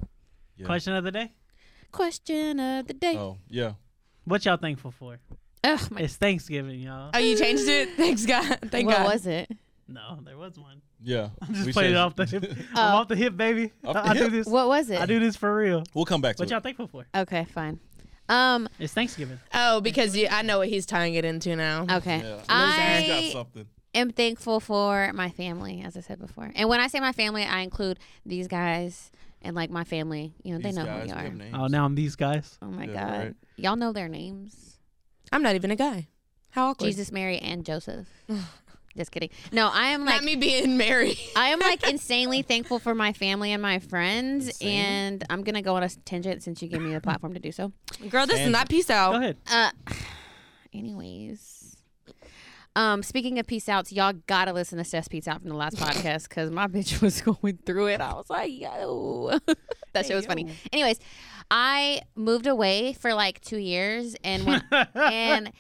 E: Yeah.
B: Question of the day.
D: Question of the day.
E: Oh yeah.
B: What y'all thankful for?
D: Ugh, my.
B: It's Thanksgiving, y'all.
C: Oh, you changed it? [LAUGHS] Thanks God. Thank
D: what
C: God.
D: was it?
B: No, there was one. [LAUGHS]
E: Yeah.
B: I'm just
E: We
B: playing
E: said-
B: it
E: [LAUGHS]
B: off the hip. I'm
D: Oh.
B: off the hip, baby.
E: Off the
B: I, I do
E: hip?
B: this.
D: What was it?
B: I do this for real.
E: We'll come back to
B: What y'all
E: it.
B: thankful for?
D: Okay, fine. Um.
B: It's Thanksgiving.
C: Oh, because you, I know what he's tying it into now.
D: Okay.
E: Yeah. Loser. He's got
D: I
E: something.
D: am thankful for my family, as I said before. And when I say my family, I include these guys and like my family. You know,
E: These
D: they know
E: guys,
D: who
E: we
D: we
E: have
D: are.
E: names.
B: Oh, now I'm these guys.
D: Oh my
E: Yeah,
D: God,
E: right.
D: y'all know their names.
C: I'm not even a guy. How awkward.
D: Jesus, Mary, and Joseph. Just kidding. No, I am like
C: not me being married.
D: I am like insanely thankful for my family and my friends,
E: Insane.
D: and I'm gonna go on a tangent since you
E: [LAUGHS]
D: gave me a platform to do so.
C: Girl, this is
E: And-
C: not peace
B: Go
C: out.
B: ahead.
D: Uh, anyways. Um, speaking of peace outs, y'all gotta listen to Steph's peace out from the last podcast because my [LAUGHS] bitch was going through it. I was like, yo, [LAUGHS] that shit was funny. Anyways, I moved away for like two years, and
C: [LAUGHS]
D: when and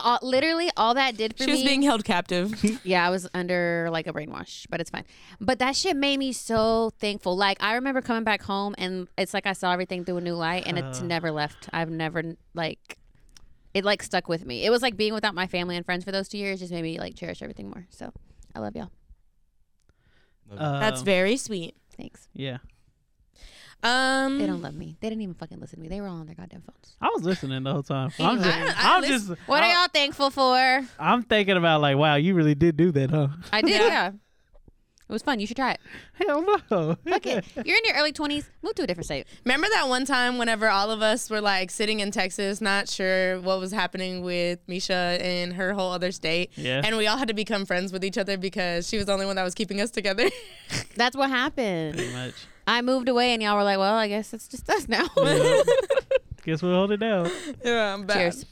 D: all, literally all that did for
C: She
D: me
C: was being held captive.
D: yeah, I was under like a brainwash, but it's fine. But that shit made me so thankful. Like I remember coming back home and it's like I saw everything through a new light and it's never left. I've never like it like stuck with me. It was like being without my family and friends for those two years just made me like cherish everything more. So I love y'all.
C: That's
E: Oh.
D: Uh,
B: Um,
C: very sweet.
D: Thanks.
B: Yeah.
C: Um
D: They don't love me. They didn't even fucking listen to me. They were all on their goddamn phones.
B: I was listening the whole time. I'm just,
C: I- I
B: I, am
C: listen-
B: just,
D: What
B: I,
D: are y'all thankful for?
B: I'm thinking about like, wow, you really did do that, huh? [LAUGHS]
D: I did. yeah. It was fun. You should try it.
B: Hell no. [LAUGHS]
D: Fuck it. [LAUGHS] You're in your early 20s. Move to a different state.
C: Remember that one time whenever all of us were like sitting in Texas, not sure what was happening with Misha and her whole other state?
B: Yeah.
C: And we all had to become friends with each other because she was the only one that was keeping us together. [LAUGHS]
D: That's what happened.
B: Pretty much.
D: I moved away and y'all were like, well, I guess it's just us now. [LAUGHS]
B: Guess we'll hold it down.
C: yeah, I'm bad.
D: Cheers.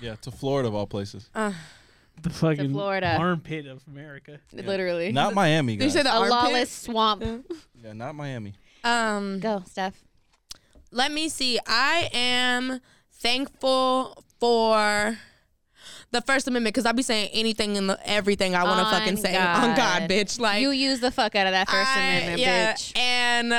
E: Yeah, to Florida of all places.
C: Oh,
B: The fucking
D: Florida.
B: armpit of
D: [LAUGHS]
B: America. [LAUGHS]
D: Literally.
E: Not Miami,
C: Did you
E: guys.
C: say the
D: a
C: armpit?
D: lawless swamp.
E: Yeah, not Miami.
C: Um,
D: Go, Steph.
C: let me see. I am thankful for the First Amendment because I be saying anything and everything I want
D: On
C: to fucking say on God,
D: God.
C: bitch. Like
D: you use the fuck out of that First
C: I-
D: Amendment,
C: yeah,
D: bitch.
C: And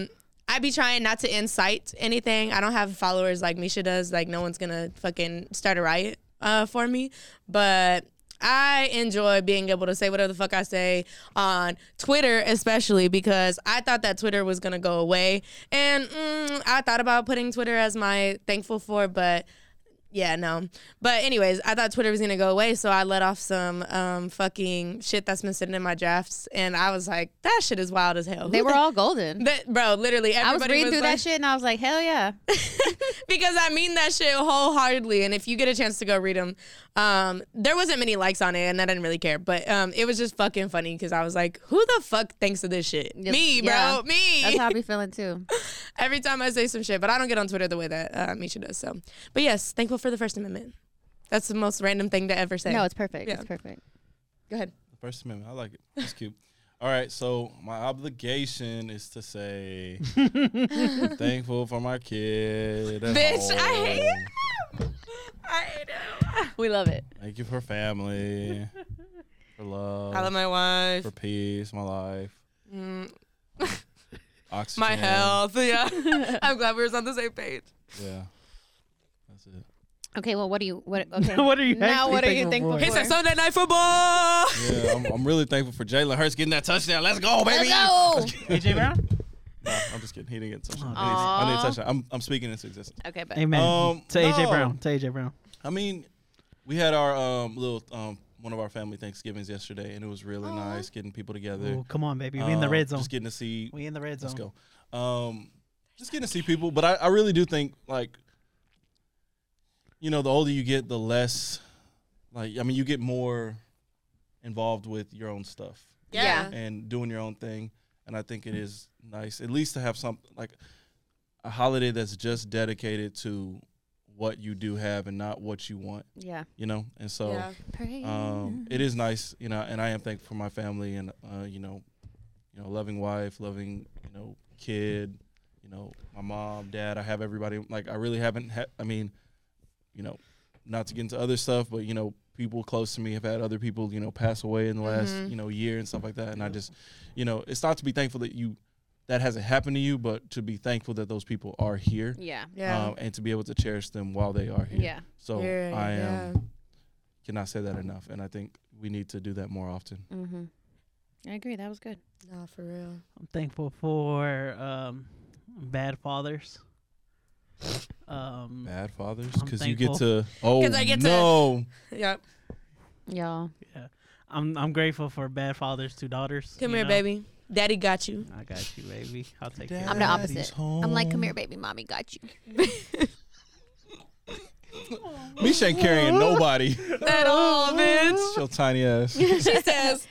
C: um, I be trying not to incite anything. I don't have followers like Misha does. Like no one's gonna fucking start a riot uh, for me. But I enjoy being able to say whatever the fuck I say on Twitter, especially because I thought that Twitter was gonna go away, and mm, I thought about putting Twitter as my thankful for, but. Yeah, no. But anyways, I thought Twitter was gonna go away, so I let off some um, fucking shit that's been sitting in my drafts, and I was like, that shit is wild as hell.
D: They
C: [LAUGHS]
D: were all golden.
C: That- bro, literally
D: I
C: everybody
D: was reading through
C: like,
D: that shit and I was like, hell yeah.
C: because I mean that shit wholeheartedly. And if you get a chance to go read them, um, there wasn't many likes on it, and I didn't really care. But um, it was just fucking funny because I was like, who the fuck thinks of this shit?
D: Yep.
C: Me, bro,
D: Yeah.
C: me.
D: That's how I be
C: [LAUGHS]
D: feeling too.
C: Every time I say some shit, but I don't get on Twitter the way that uh, Misha does. So, but yes, thankful for the First Amendment. That's the most random thing to ever say.
D: No, it's perfect.
C: Yeah.
D: It's perfect.
C: go ahead.
E: First Amendment. I like it. It's
C: [LAUGHS]
E: cute. All right, so my obligation is to
B: [LAUGHS]
E: say thankful for my kid. at
C: Bitch, I
E: home.
C: hate him. I hate him.
D: We love it.
E: Thank you for
B: [LAUGHS]
E: family, for love,
C: I love my wife, Mm,
E: for peace, my life, oxygen,
C: my health. [LAUGHS] Yeah, I'm glad we was on the same page.
E: Yeah, that's it.
D: Okay, well, what do you,
C: [LAUGHS]
D: what, okay.
B: What are you
D: Now,
B: actually
D: what are you
B: thankful
D: thankful
B: for?
D: for?
C: It's a Sunday night football.
E: Yeah, I'm, I'm really thankful for Jalen Hurts getting that touchdown. Let's go, baby.
D: go.
E: [LAUGHS]
B: AJ Brown?
E: No, I'm just kidding. He didn't get a touchdown. I need, I need a touchdown. I'm, I'm speaking into existence.
D: Okay, but
B: Amen.
E: Um,
B: to AJ
E: no.
B: Brown. To AJ Brown.
E: I mean, we had our um, little um, one of our family Thanksgivings yesterday, and it was really nice getting people together.
B: Ooh, come on, baby. We in the
E: Um,
B: red zone.
E: Just getting to see.
B: We in the red zone.
E: Let's go. Um, just getting to see people, but I, I really do think like, you know, the older you get, the less, like, I mean, you get more involved with your own stuff
C: Yeah.
E: and doing your own thing. And I think it is nice, at least to have something like a holiday that's just dedicated to what you do have and not what you want,
D: Yeah.
E: you know. And so
C: Yeah.
E: um, it is nice, you know, and I am thankful for my family and uh, you know, you know, loving wife, loving you know, kid, you know, my mom, dad. I have everybody. Like I really haven't. Ha- I mean, you know, not to get into other stuff, but you know, people close to me have had other people you know pass away in the last you know year and stuff like that. And I just, you know, it's not to be thankful that you that hasn't happened to you, but to be thankful that those people are here.
D: Yeah.
C: Yeah.
E: Um, and to be able to cherish them while they are here.
D: Yeah.
E: So
C: Yeah,
E: I am
C: yeah.
E: cannot say that enough, and I think we need to do that more often.
D: Mm-hmm. I agree. That was good.
C: Nah, for real.
B: I'm thankful for um, bad fathers. Um,
E: Bad fathers,
B: I'm
E: because you get
B: thankful.
E: to oh
C: 'Cause I get to-
E: no,
C: Yep.
D: Y'all.
B: I'm I'm grateful for bad fathers to daughters.
C: Come
B: you
C: here,
B: know?
C: daddy. Daddy got [LAUGHS] you.
B: I got you, baby. I'll take care.
D: I'm
B: of
D: the
B: it.
D: opposite. I'm like,
C: Um,
D: come here, baby. Mommy got you.
E: Misha ain't
D: [LAUGHS]
E: carrying nobody.
C: At
E: [LAUGHS]
C: all, bitch.
E: Your tiny ass.
C: She says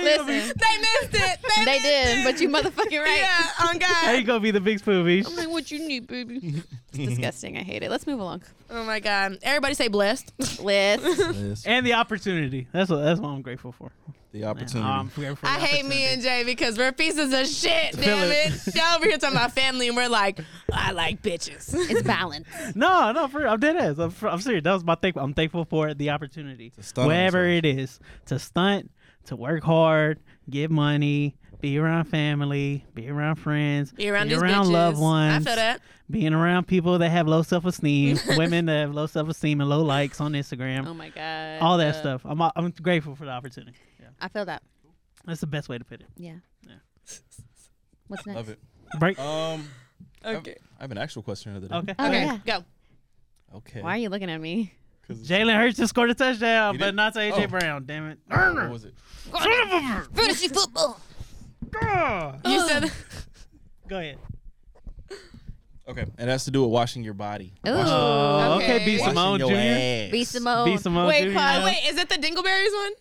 D: Listen,
C: they missed it. They,
D: they
C: missed
D: did, but
C: [LAUGHS]
D: you motherfucking right.
C: Yeah, on
B: There
C: God.
B: you go, be the big spoopy.
D: I'm like, what you
B: [LAUGHS]
D: need, baby? It's disgusting. I hate it. Let's move along.
C: Oh my God. Everybody say blessed.
D: Let's.
B: And um, the opportunity. That's what that's what I'm grateful for.
E: the
B: Man,
E: opportunity.
B: I'm grateful for
C: I
B: the
C: hate me
B: opportunity.
C: and Jay because we're pieces of shit, damn it. Y'all over here talking about family and we're like, I like [LAUGHS] bitches.
D: [LAUGHS] It's balance.
B: No, no, for real. I'm dead ass. I'm, for, I'm serious. That was my thing. I'm thankful for the opportunity,
E: stunt on
B: wherever it is, to stunt, to work hard, get money, be around family, be around friends,
C: Be around these bitches.
B: loved ones.
C: I feel that.
B: Being around people that have low self
C: [LAUGHS]
B: esteem, women that have low self esteem and low likes on Instagram,
D: Oh my God.
B: all that stuff. I'm I'm grateful for the opportunity. Yeah,
D: I feel that.
B: that's the best way to put it.
D: Yeah.
B: Yeah.
D: What's next?
E: Love it.
B: Break.
E: Um,
C: Okay.
E: I have an actual question of the day.
B: Okay.
D: Oh,
C: Okay,
D: yeah.
C: go.
E: Okay.
D: Why are you looking at me?
E: 'Cause it's-
B: Jalen Hurts just scored a touchdown,
E: He
B: but
E: did?
B: not to AJ
E: Oh.
B: Brown. Damn it.
E: oh, What was it?
D: Fantasy football.
B: Go
C: You said
B: ahead.
E: Okay, and it has to do with washing your body.
D: Ooh.
B: Oh, okay.
C: Okay.
B: B.
C: Washing
B: Simone
E: your
B: Jr.
E: ass.
D: B Simone.
B: B. Simone
D: Wait,
B: Jr.
D: pause.
C: Oh, wait, is it the Dingleberries one?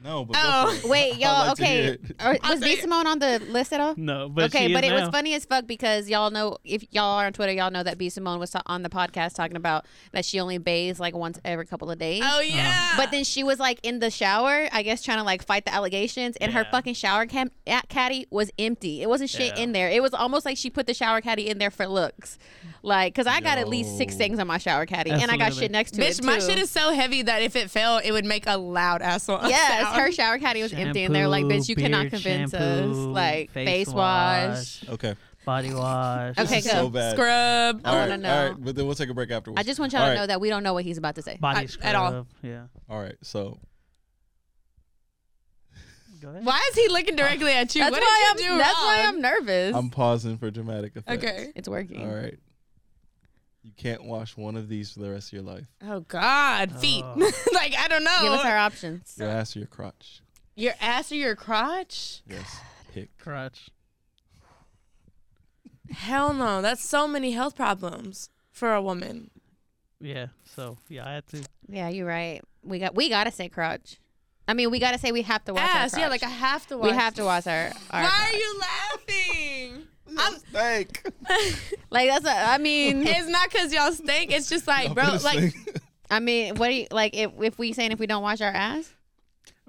E: No, but go
C: Oh.
D: [LAUGHS]
E: for it.
D: Wait,
E: I'd
D: y'all.
E: like to hear
D: okay,
E: it.
D: Or- was B
C: say-
D: Simone on the list at all?
B: No, but
D: okay,
B: she
D: but
B: is
D: it was
B: now.
D: funny as fuck because y'all know if y'all are on Twitter, y'all know that B Simone was ta- on the podcast talking about that she only bathes like once every couple of days.
C: Oh yeah.
D: Mm. But then she was like in the shower, I guess, trying to like fight the allegations, and her
B: Yeah.
D: fucking shower cam- at caddy was empty. It wasn't shit
B: Yeah.
D: in there. It was almost like she put the shower caddy in there for looks, like because I got at least six
E: Yo.
D: things on my shower caddy, and I got
B: Absolutely.
D: shit next to it.
C: Bitch, my
D: too.
C: shit is [LAUGHS] so heavy that if it fell, it would make a loud ass sound. [LAUGHS]
D: Yes, her shower caddy was empty, and they're like,
B: Shampoo,
D: "Bitch, you cannot
B: beard
D: convince us."
B: shampoo,
D: Like
B: face
D: face wash.
E: Okay.
B: body wash.
D: Okay,
E: This is so
D: go.
E: bad.
C: Scrub.
E: All
D: I wanna
E: right,
D: know.
E: All right, but then we'll take a break afterwards.
D: I just want y'all
E: All
D: to
E: right,
D: know that we don't know what he's about to say.
B: Body
C: I-
B: scrub.
C: at all.
B: Yeah.
E: All right, so
B: Go ahead.
C: Why is he looking directly at you?
D: That's
C: what
D: why
C: did you
D: I'm.
C: do
D: That's
C: wrong?
D: why I'm nervous.
E: I'm pausing for dramatic effect.
C: Okay.
D: it's working.
E: All right. You can't wash one of these for the rest of your life.
C: Oh God, feet.
B: Oh.
C: [LAUGHS] like I don't know.
D: Give us our options.
E: Your ass or your crotch.
C: your ass or your crotch?
E: Yes. Pick.
B: Crotch.
C: Hell no. That's so many health problems for a woman.
B: Yeah. So yeah, I had to.
D: Yeah, you're right. We got. We gotta say crotch. I mean, we gotta say we have to wash
C: ass.
D: our
C: Yeah,
D: crotch.
C: like I have to. Watch.
D: we have to wash our. our
C: Why
D: crotch.
C: are you laughing?
D: [LAUGHS]
C: I'm,
E: Thank.
D: Like that's. A, I
C: [LAUGHS]
D: mean.
C: it's not because y'all stink. It's just like, bro,
E: [LAUGHS]
C: like
D: I mean, what do you like? If if we saying if we don't wash our ass,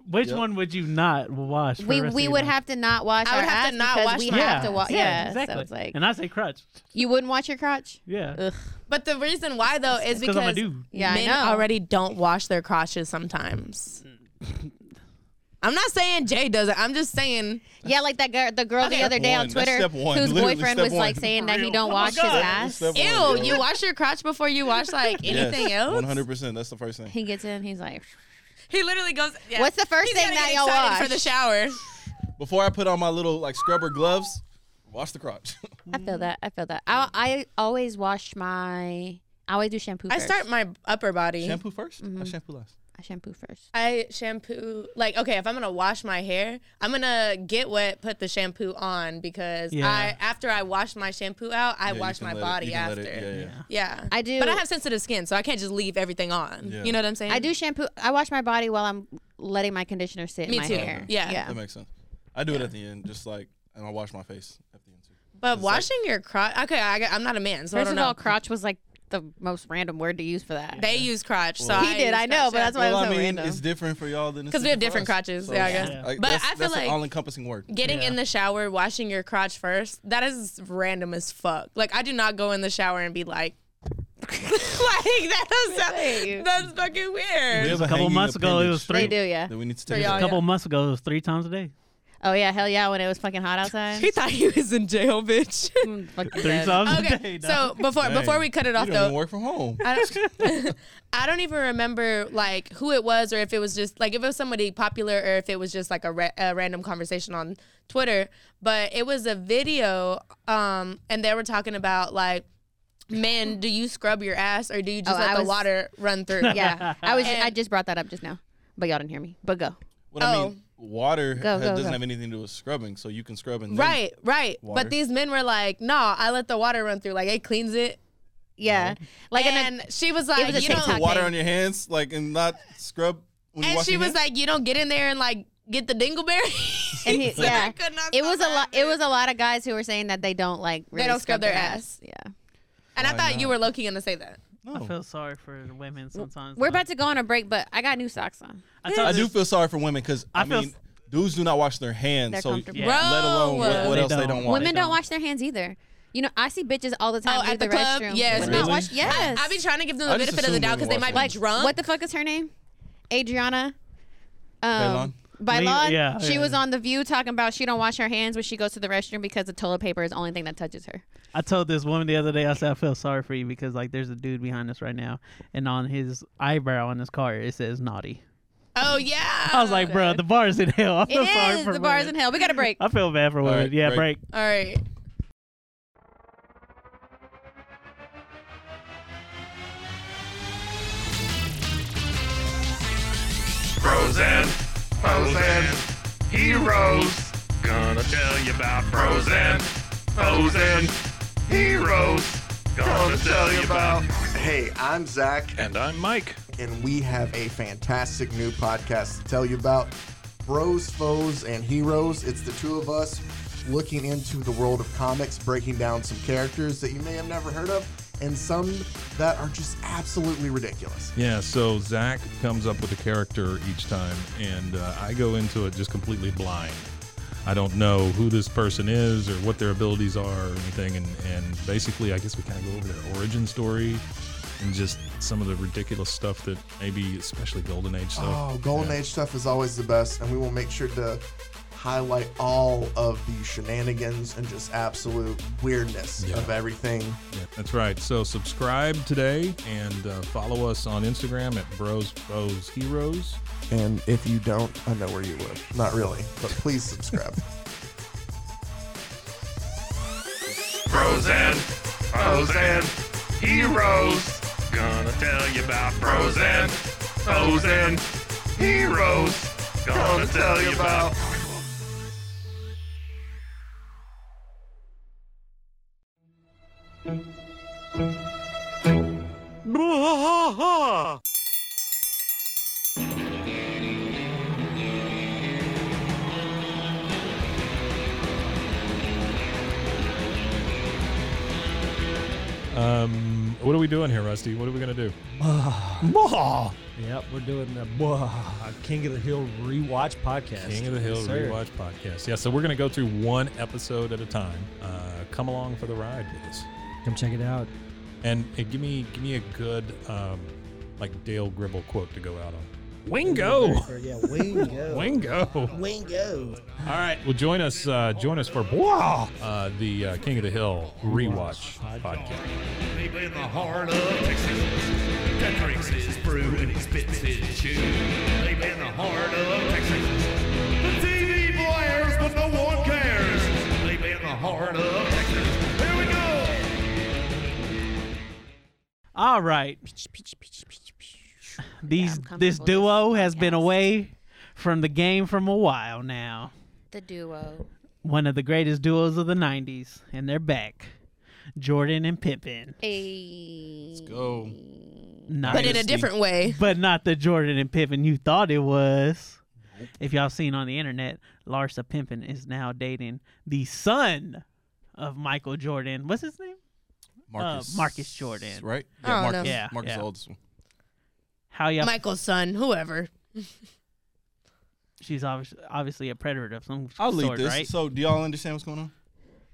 B: Which
E: Yep.
B: one would you not wash? for
D: we
B: the rest
D: we
B: of
D: would
B: your life?
D: have to not wash
C: I would
D: our
C: have
D: ass
C: to not
D: because
C: wash
D: we
C: my
D: have
C: ass.
D: to wash. Yeah,
B: exactly.
D: So it's like
B: and I say crutch.
D: you wouldn't wash your crotch.
B: Yeah.
D: Ugh. Oh,
C: But the reason why though is
B: Because I'm a
C: because
B: dude.
D: Yeah, I
C: men
D: know.
C: already don't wash their crotches sometimes. I'm not saying Jay does it. I'm just saying
D: Yeah, like that girl, the girl
C: Okay.
D: the other day
E: One.
D: on
E: That's
D: Twitter
E: step one.
D: whose
E: Literally
D: boyfriend
E: step
D: was like
E: one.
D: saying that he
B: Real.
D: don't
B: Oh my
D: wash his
B: God.
D: ass.
E: Step
C: ew,
E: one, yo.
C: you wash your crotch before you wash like anything else.
E: One hundred percent. That's the first thing.
D: He gets in, he's like,
C: He literally goes. yeah.
D: What's the first
C: He's
D: thing
C: gotta
D: that
C: get
D: y'all
C: excited
D: wash?
C: for the shower?
E: Before I put on my little like scrubber gloves, wash the crotch. [LAUGHS]
D: I feel that, I feel that. I, I always wash my, I always do shampoo.
C: I
D: first.
C: start my upper body. Mm-hmm.
E: shampoo 1st I shampoo last.
D: I shampoo first.
C: I shampoo like okay. If I'm gonna wash my hair, I'm gonna get wet, put the shampoo on because
B: Yeah.
C: I after I wash my shampoo out, I
E: Yeah, you
C: wash
E: can
C: my
E: let it-
C: body
E: you can let
C: after.
E: it- yeah, yeah.
C: Yeah.
D: I do-
C: but I have sensitive skin, so I can't just leave everything on.
E: Yeah.
C: You know what I'm saying?
D: I do shampoo. I wash my body while I'm letting my conditioner sit in
C: Me
D: my
C: too.
D: hair.
C: Yeah.
E: That makes sense. I do it at the end, just like, and I wash my face at the end too.
C: But washing your crotch, okay, I, am not a man, so
D: First
C: I
D: of
C: don't know.
D: all, crotch was like the most random word to use for that.
C: they use crotch, so
D: he did, I know, but that's
E: well,
D: why it was
E: I
D: so
E: mean,
D: random.
E: it's different for y'all than it's
C: 'Cause we have
E: different for
C: different
E: us.
C: crotches, yeah, I guess. Yeah. But
E: that's,
C: I feel
E: that's
C: like-
E: an all-encompassing word.
C: Getting
B: Yeah.
C: in the shower, washing your crotch first, that is random as fuck. Like I do not go in the shower and be like, [LAUGHS] like that
D: Really?
C: is that's fucking
E: We
C: weird.
E: have a
B: couple
E: hanging
B: months ago, it
E: appendage
B: was three-
D: They do, yeah.
E: That we need to take.
C: y'all,
E: out.
B: A couple months ago, it was three times a day.
D: Oh yeah, hell yeah, when it was fucking hot outside.
C: He thought he was in jail, bitch.
D: Mm, fuck you
B: Three
D: guys.
B: times a day.
C: okay, [LAUGHS]
B: dog.
C: so before before we cut it off
E: You don't even
C: though,
E: work from home.
C: I don't, I don't even remember like who it was or if it was just like if it was somebody popular or if it was just like a, ra- a random conversation on Twitter. But it was a video, um, and they were talking about like, man, do you scrub your ass or do you just
D: Oh,
C: let
D: I
C: the
D: was-
C: water run through?
D: [LAUGHS] Yeah, I was. I
C: And-
D: just brought that up just now, but y'all didn't hear me. But go.
E: What I mean,
C: Oh.
E: water has-
D: go,
E: doesn't
D: go.
E: have anything to do with scrubbing, so you can scrub and then-
C: Right, right.
E: Water.
C: But these men were like, "No, I let the water run through. Like it cleans it."
D: Yeah, like in a-
C: And she was like,
D: was a
C: "You don't."
D: TikTok
E: Put water
D: Okay.
E: on your hands, like, and not scrub. When you
C: And
E: wash
C: she
E: your
C: was
E: hands?
C: like, "You don't get in there and like get the dingleberry." [LAUGHS]
D: and [LAUGHS] he, yeah,
C: could not
D: it was a
C: stop
D: lot. It was a lot of guys who were saying that they don't like. Really
C: don't scrub their ass.
D: Yeah,
C: and I thought you were low key gonna say that.
B: I feel sorry for women sometimes.
D: we're
B: though.
D: about to go on a break, but I got new socks on.
B: I, told
E: I do
B: this-
E: feel sorry for women because I,
B: I feel
E: mean,
B: s-
E: dudes do not wash their hands,
D: They're
E: so
D: comfortable.
E: let alone what, what
B: They
E: else Oh, they
B: don't.
E: don't wash.
B: Why
D: Women don't.
B: don't?
D: wash their hands either. You know, I see bitches all the time
C: Oh,
D: leave
C: at the club?
D: restroom.
C: Yeah, it's
D: Women don't
E: not-
D: wash- Yes,
C: I've been trying to give them the
E: I just
C: benefit of the
E: assume
C: doubt because they
E: women
C: might
E: watch
C: be drunk.
D: What the fuck is her name? Adriana. Um,
B: Bailon?
D: Bailon.
B: Yeah,
D: she
B: yeah.
D: was on the View talking about she don't wash her hands when she goes to the restroom because the toilet paper is the only thing that touches her.
B: I told this woman the other day. I said I feel sorry for you because like there's a dude behind us right now, and on his eyebrow on his car it says naughty.
C: oh yeah.
B: I was like, bro, the bar is in hell. I
D: It
B: feel
D: is
B: sorry for
D: the bars in
B: women.
D: hell. We got a break.
B: [LAUGHS] I feel bad for women.
E: right,
B: yeah,
E: break.
B: break.
C: All right.
G: Frozen, frozen, heroes. Gonna tell you about frozen, frozen, heroes. Gonna tell you about.
H: Hey, I'm Zach,
G: And I'm Mike.
H: and we have a fantastic new podcast to tell you about Bros, Foes, and Heroes. It's the two of us looking into the world of comics, breaking down some characters that you may have never heard of, and some that are just absolutely ridiculous.
I: Yeah, so Zach comes up with a character each time, and uh, I go into it just completely blind. I don't know who this person is or what their abilities are or anything, and, and basically, I guess we kind of go over their origin story and just some of the ridiculous stuff that maybe, especially Golden Age stuff.
H: Oh, Golden Age stuff is always the best, and we will make sure to highlight all of the shenanigans and just absolute weirdness of everything.
I: Yeah, that's right. So subscribe today and uh, follow us on Instagram at Bros Bros Heroes.
H: And if you don't, I know where you live. Not really, but please subscribe.
G: Frozen, frozen, heroes. Gonna tell you about frozen, frozen, heroes. Gonna tell you about.
I: Um, what are we doing here, Rusty? What are we gonna do?
J: Yep, we're doing the blah, Uh, King of the Hill rewatch podcast.
I: King of the Hill
J: Yes, sir.
I: Rewatch Podcast. Yeah, so we're going to go through one episode at a time. Uh, come along for the ride with us,
J: Come check it out.
I: and uh, give me give me a good um, like Dale Gribble quote to go out on. Wingo,
J: Yeah,
B: [LAUGHS]
J: Wingo.
I: wingo.
H: Wingo.
I: All right, well join us uh, join us for blah, uh, the uh, King of the Hill Rewatch Podcast.
G: Deep in the heart of Texas, that drinks his brew and he spits his chew. Deep in the heart of Texas, the TV blares but no one cares. Deep in the heart of Texas, here we go.
D: [SIGHS]
B: All right. These this duo has been away from the game from a while now.
D: The duo.
B: One of the greatest duos of the '90s, and they're back. Jordan and Pippen.
D: Let's
E: go.
B: Not
C: But in a different way.
B: But not the Jordan and Pippen you thought it was. If y'all seen on the internet, Larsa Pimpin is now dating the son of Michael Jordan. What's his name? Uh,
E: Marcus,
B: Marcus Jordan.
E: right?
C: I don't
E: Marcus.
C: know.
B: Yeah,
E: Marcus,
B: yeah.
E: the oldest one.
B: How y'all?
C: Michael's son, whoever.
B: She's obviously obviously a predator of some
E: I'll leave
B: sort,
E: this.
B: right?
E: So, do y'all understand what's going on?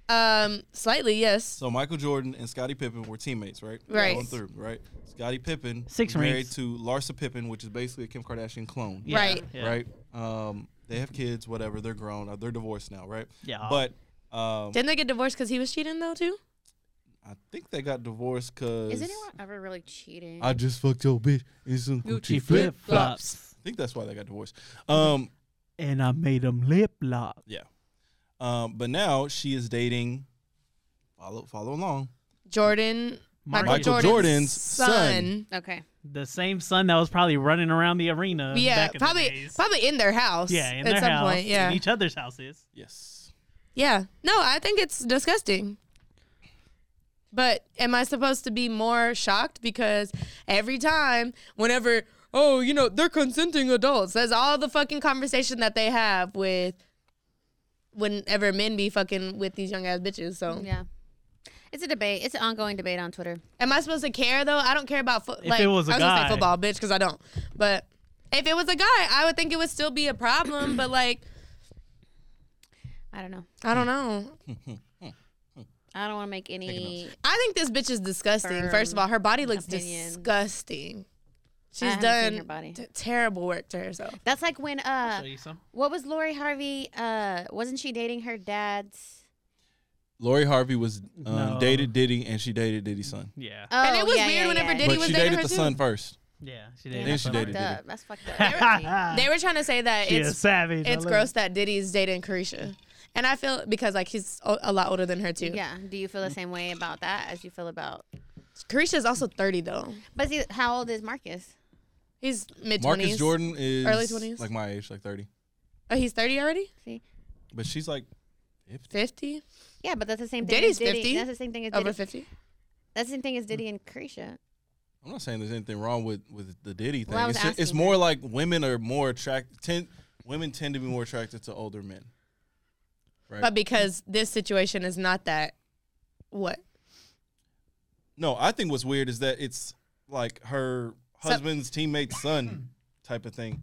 C: Um, slightly, yes.
E: So, Michael Jordan and Scottie Pippen were teammates, right?
C: Right.
E: Going through, right? Scottie Pippen
B: Six
E: was married
B: rings.
E: to Larsa Pippen, which is basically a Kim Kardashian clone.
B: Yeah,
C: Right.
B: yeah.
E: Right. Um, they have kids, whatever. They're grown. Uh, They're divorced now, right?
B: Yeah.
E: But um,
C: Didn't they get divorced because he was cheating though too?
E: I think they got divorced because
D: Is anyone ever really cheating?
E: I just fucked your bitch in some
B: Gucci
E: Gucci flip flops.
B: flip-flops.
E: I think that's why they got divorced. Um,
B: and I made them lip lock.
E: yeah. Um, but now she is dating. Follow, follow along.
C: Jordan, Michael,
E: Michael
C: Jordan's,
E: Jordan's
C: son.
D: Okay.
B: The same son that was probably running around the arena.
C: Yeah,
B: back in the
C: probably
B: days.
C: probably in their house.
B: Yeah, in
C: at
B: their
C: some
B: house,
C: point. Yeah,
B: in each other's houses.
E: Yes.
C: yeah. No, I think it's disgusting. But am I supposed to be more shocked because every time, whenever oh you know they're consenting adults, that's all the fucking conversation that they have with whenever men be fucking with these young ass bitches. So
D: Yeah. It's a debate. It's an ongoing debate on Twitter.
C: Am I supposed to care though? I don't care about football.
B: If
C: Like,
B: it was a
C: I was gonna
B: guy.
C: say football, bitch, because I don't. But if it was a guy, I would think it would still be a problem. but like,
D: I don't know.
C: I don't know.
D: I don't want to make any.
C: I think this bitch is disgusting.
D: Firm
C: First of all, her body looks
D: opinion.
C: disgusting. She's
D: haven't seen
C: done
D: her body.
C: t- terrible work to herself.
D: That's like when uh,
B: Show you some.
D: what was Lori Harvey? Uh, wasn't she dating her dad's?
E: Lori Harvey was um,
B: No.
E: dated Diddy, and she dated Diddy's son.
B: Yeah,
D: Oh,
C: and it was
D: yeah,
C: weird
D: yeah,
C: whenever
D: yeah.
C: Diddy
E: but
C: was
E: she
C: dating
E: dated
C: her
E: the
C: too.
E: son first.
B: yeah. She
D: Damn,
B: did.
E: Then she
D: that's
E: dated
D: fucked
E: Diddy.
D: up. That's fucked
B: [LAUGHS]
D: up.
C: They were trying to say that
B: She a
C: it's
B: savage. I
C: it's
B: love
C: gross
B: it.
C: that Diddy's dating Carisha, and I feel because like he's o- a lot older than
B: [LAUGHS]
C: her too.
D: yeah. Do you feel the same way about that as you feel about?
C: Carisha is also thirty though.
D: But see, how old is Marcus?
C: He's mid twenties.
E: Marcus Jordan is
C: Early 20s?
E: like my age, like thirty.
C: Oh, he's thirty already.
E: But she's like,
C: 50
D: Yeah, but that's the same thing.
C: Diddy's
D: as Diddy.
C: 50?
D: That's the same thing as Diddy.
C: over 50
D: That's the same thing as Diddy and Carisha.
E: I'm not saying there's anything wrong with with the Diddy thing.
D: Well, I was
E: it's, ju- it's
D: asking
E: more like women are more attracted. Tend, women tend to be more attracted to older men. Right.
C: but because this situation is not that what
E: no, I think what's weird is that it's like her husband's teammate's son type of thing.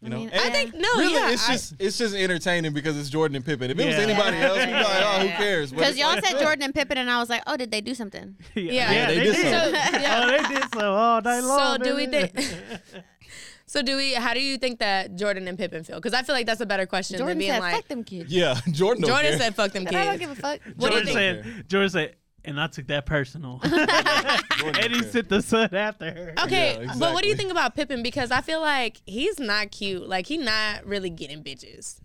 E: You know,
D: mean,
E: And
C: i think no
E: really,
C: yeah
E: it's
C: I-
E: just it's just entertaining because it's Jordan and Pippen. If it was
B: Yeah.
E: anybody else, we'd be like, oh,
B: [LAUGHS]
E: who cares? But
D: Because
E: it's
D: y'all
E: like-
C: [LAUGHS]
D: said Jordan and Pippen, and I was like, oh, did they do something?
C: yeah,
E: they did
C: so,
E: something.
C: yeah.
B: Oh, they did so all night long.
C: so do we
B: baby.
C: think [LAUGHS] so do we how do you think that jordan and pippen feel because i feel like that's a better question than
D: Jordan
C: being
D: said,
C: like
D: "Fuck them
E: [LAUGHS]
D: kids."
E: Yeah, Jordan. don't
C: jordan
E: care.
C: said fuck them
D: I don't
C: kids
D: give a fuck.
C: what do
B: George
C: you think
B: said, George said, and I took that
C: [LAUGHS]
B: personal. [LAUGHS]
E: Jordan don't
B: and he
E: care.
B: sent the son after her.
C: okay
E: Yeah,
C: but what do you
E: exactly.
C: think about pippen because i feel like he's not cute like he not really getting bitches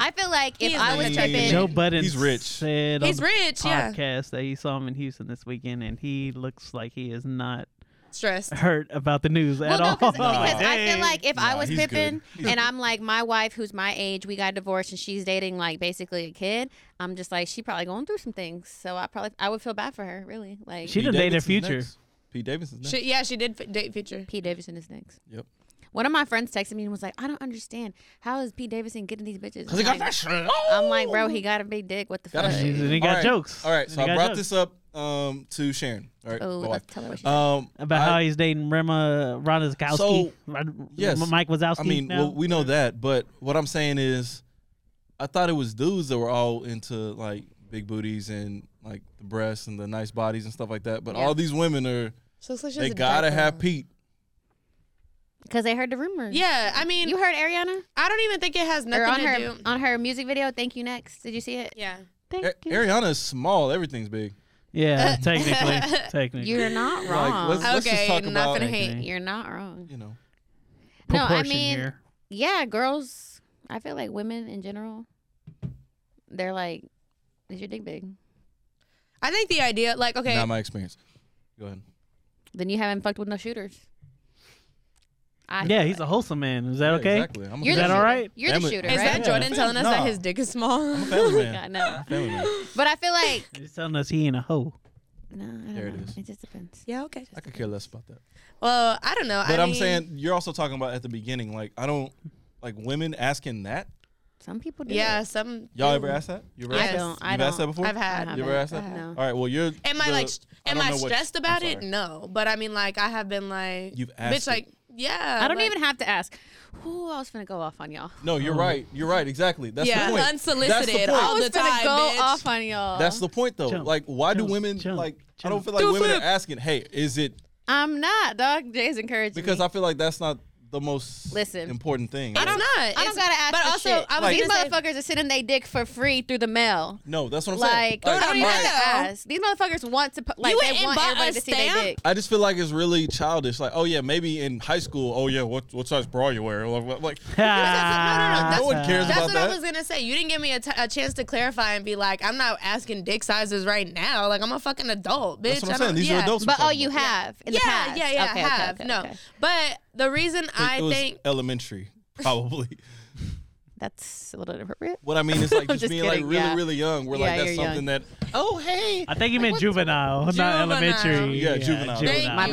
D: I feel like if
C: He is
D: I
C: not
D: was
C: attractive.
D: Pippen,
B: Joe Budden
E: He's rich.
B: said
C: He's
B: on the
C: rich, yeah.
B: podcast that he saw him in Houston this weekend, and he looks like he is not
E: [LAUGHS]
C: stressed
B: hurt about the news at
D: well, no, 'cause-
B: all.
D: because
B: [LAUGHS]
D: I feel
B: Dang.
D: like if I
E: Nah,
D: was
E: he's
D: Pippin
E: good. He's
D: and I'm like my wife, who's my age, we got divorced and she's dating like basically a kid. I'm just like she probably going through some things, so I probably I would feel bad for her. Really, like
B: She- He done dated
E: Davidson's
B: Future.
E: next. Pete Davidson's next.
C: she, yeah she did f- date future
D: P. Davidson is next.
E: Yep.
D: One of my friends texted me and was like, "I don't understand how is P. Davidson getting these bitches?"
E: Cause he got
D: I'm
E: that
D: like,
E: shit.
D: I'm like, bro, he got a big dick. What the
E: Got a
D: fuck?
E: shit.
B: And he got
E: All right.
B: jokes.
E: All right,
B: And
E: so
B: he
E: I
B: got
E: brought
B: jokes.
E: this up um, to Sharon. All right,
D: Oh,
E: my
D: let's
E: wife.
D: tell her what she
E: Um,
B: about
E: I,
B: how he's dating Rema Ronazkowski.
E: So,
B: Ron-
E: yes.
B: Mike Wazowski.
E: I mean,
B: now?
E: well, we know that, but what I'm saying is, I thought it was dudes that were all into like big booties and like the breasts and the nice bodies and stuff like that. But all these women are
C: so it's like she
E: they
C: has a
E: gotta
C: diaper
E: have
C: on.
E: Pete.
D: because they heard the rumors.
C: yeah i mean
D: you heard Ariana
C: i don't even think it has
D: or on
C: nothing to
D: her
C: do
D: on her music video. Thank you next. Did you see it?
C: yeah
B: Thank
E: A-
B: you.
E: Ariana is small. Everything's big.
B: yeah, technically, technically.
D: You're not
E: eh. Like,
D: wrong.
E: let's, let's just
C: Okay,
E: talk
C: not
E: about
C: finna hate.
D: You're not wrong.
E: you know.
D: No, I
B: Proportion
D: mean-
B: here.
D: yeah, girls. I feel like women in general, they're like, "Is your dick big?"
C: I think the idea, like, okay,
E: Not my experience. Go ahead.
D: Then you haven't fucked with no shooters. I
B: yeah, he's a wholesome man. Is that
E: Yeah,
B: okay?
E: exactly. I'm a family
B: Is that all
E: man.
B: right?
D: You're the shooter,
C: Is
D: right?
C: that Jordan telling us that
B: Nah.
C: his dick is small?
D: [LAUGHS]
E: I'm a family man.
D: I know.
E: Family man.
D: But I feel like
B: He's telling us he ain't a hoe.
D: [LAUGHS] no, I don't
E: There it
D: know.
E: is.
D: It just depends.
C: Yeah, okay.
E: I could care less about that.
C: Well, I don't know.
E: But
C: I
E: I'm
C: mean,
E: saying you're also talking about at the beginning, like I don't like women asking that.
D: Some people do.
C: Yeah, some.
E: Y'all ever asked that? You ever
C: Yes.
E: asked
D: I
E: that?
D: don't. I
E: You've
D: don't.
E: asked that before?
C: I've had. I
E: You ever asked that?
D: No.
E: All right. Well, you're.
C: Am I
E: the-
C: like? st-
E: I
C: Am
E: don't
C: I
E: know what-
C: stressed
E: I'm
C: about it?
E: sorry.
C: No, but I mean, like, I have been like,
E: You've
C: bitch,
E: asked it.
C: like, yeah.
D: I don't
C: like-
D: even have to ask. Who I was gonna go off on y'all?
E: No, you're right. You're right. Exactly. That's
C: Yeah,
E: the point.
C: unsolicited.
E: That's the point.
C: All
D: I was
C: the
D: gonna
C: time,
D: go
C: bitch.
D: off on y'all.
E: That's the point, though.
B: Jump,
E: like, why
B: jump,
E: do women
B: jump,
E: like? I
B: jump.
E: don't feel like
C: Do a
E: women
C: flip.
E: are asking. Hey, is it
D: I'm not dog. Jay's encouraging
E: because
D: me.
E: I feel like that's not the most
D: Listen.
E: important thing.
C: It's
E: Like,
C: not.
D: I
C: It's-
D: don't gotta ask.
C: But
D: for
C: also,
D: shit.
C: I was
D: these
C: gonna say-
D: motherfuckers are sending their dick for free through the mail.
E: no, that's what I'm saying.
D: Like, I don't even
E: my-
D: have to
C: Right.
D: ask. These motherfuckers want to, pu- like,
C: You went
D: they
C: and
D: want
C: bought
D: everybody
C: a
D: to see their
C: stamp?
D: dick.
E: I just feel like it's really childish. Like, oh yeah, maybe in high school. Oh yeah, what what size bra you wear? Like, what-
B: [LAUGHS]
E: like [LAUGHS]
C: that's-
E: no one cares
C: That's
E: about
C: what
E: that.
C: I was gonna say. You didn't give me a, t- a chance to clarify and be like, I'm not asking dick sizes right now. Like I'm a fucking adult,
E: That's
C: bitch.
E: what
C: I
E: I'm
C: don't-
E: saying. These
C: yeah.
E: are adults.
D: But
E: we're
D: oh,
E: talking
D: you
E: about.
D: have in
C: yeah,
D: the
C: yeah,
D: past.
C: yeah,
D: Okay,
C: I
D: okay,
C: have
D: okay,
C: no.
D: okay.
C: But the reason I
E: It was
C: think
D: [LAUGHS]
E: elementary, probably.
D: That's a little inappropriate.
E: What I mean is like
D: [LAUGHS] I'm
E: just,
D: just
E: being
D: kidding,
E: like really,
D: yeah.
E: really young. We're
D: Yeah,
E: like that's
D: you're young.
E: something that [LAUGHS] oh hey.
B: I think he meant juvenile,
C: Juvenile.
B: not elementary.
E: Yeah, juvenile.
C: thank
D: My
C: you,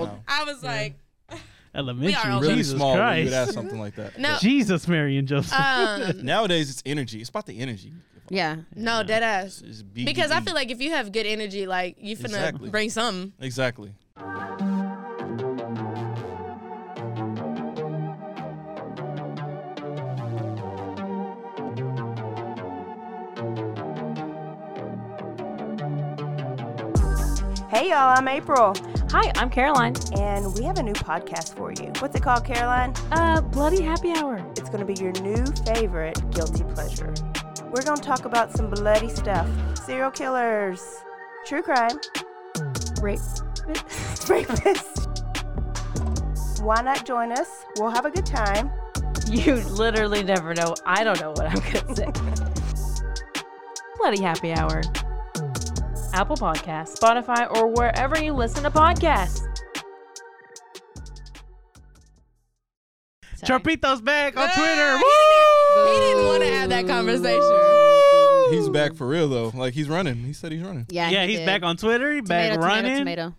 C: God.
D: we're
C: I was like, We are
B: Elementary.
C: old.
E: really
B: Jesus
E: small when you would ask [LAUGHS]
B: Christ.
E: something like that.
C: no,
B: Jesus, Mary and Joseph.
C: um,
E: Nowadays it's energy. It's about the energy.
D: Yeah.
C: no, dead ass.
E: It's
C: Because I
E: BBB.
C: feel like if you have good energy, like you finna
E: Exactly.
C: bring something.
E: Exactly.
K: Hey y'all, I'm April. [LAUGHS] Hi, I'm Caroline. And we have a new podcast for you. What's it called, Caroline? Uh, Bloody Happy Hour. It's going to be your new favorite guilty pleasure. We're going to talk about some bloody stuff serial killers, true crime, rape, [LAUGHS] rapists. Why not join us? We'll have a good time. You literally never know. I don't know what I'm going to say. [LAUGHS] bloody Happy Hour. Apple Podcasts, Spotify, or wherever you listen to podcasts.
D: Sorry.
B: Trapito's back on Twitter.
C: Woo! He didn't want to have that conversation.
E: He's back for real though. Like he's running. He said he's running.
D: Yeah.
B: Yeah,
D: he
B: he's
D: did.
B: back on Twitter. He back
D: tomato,
B: running.
D: Tomato,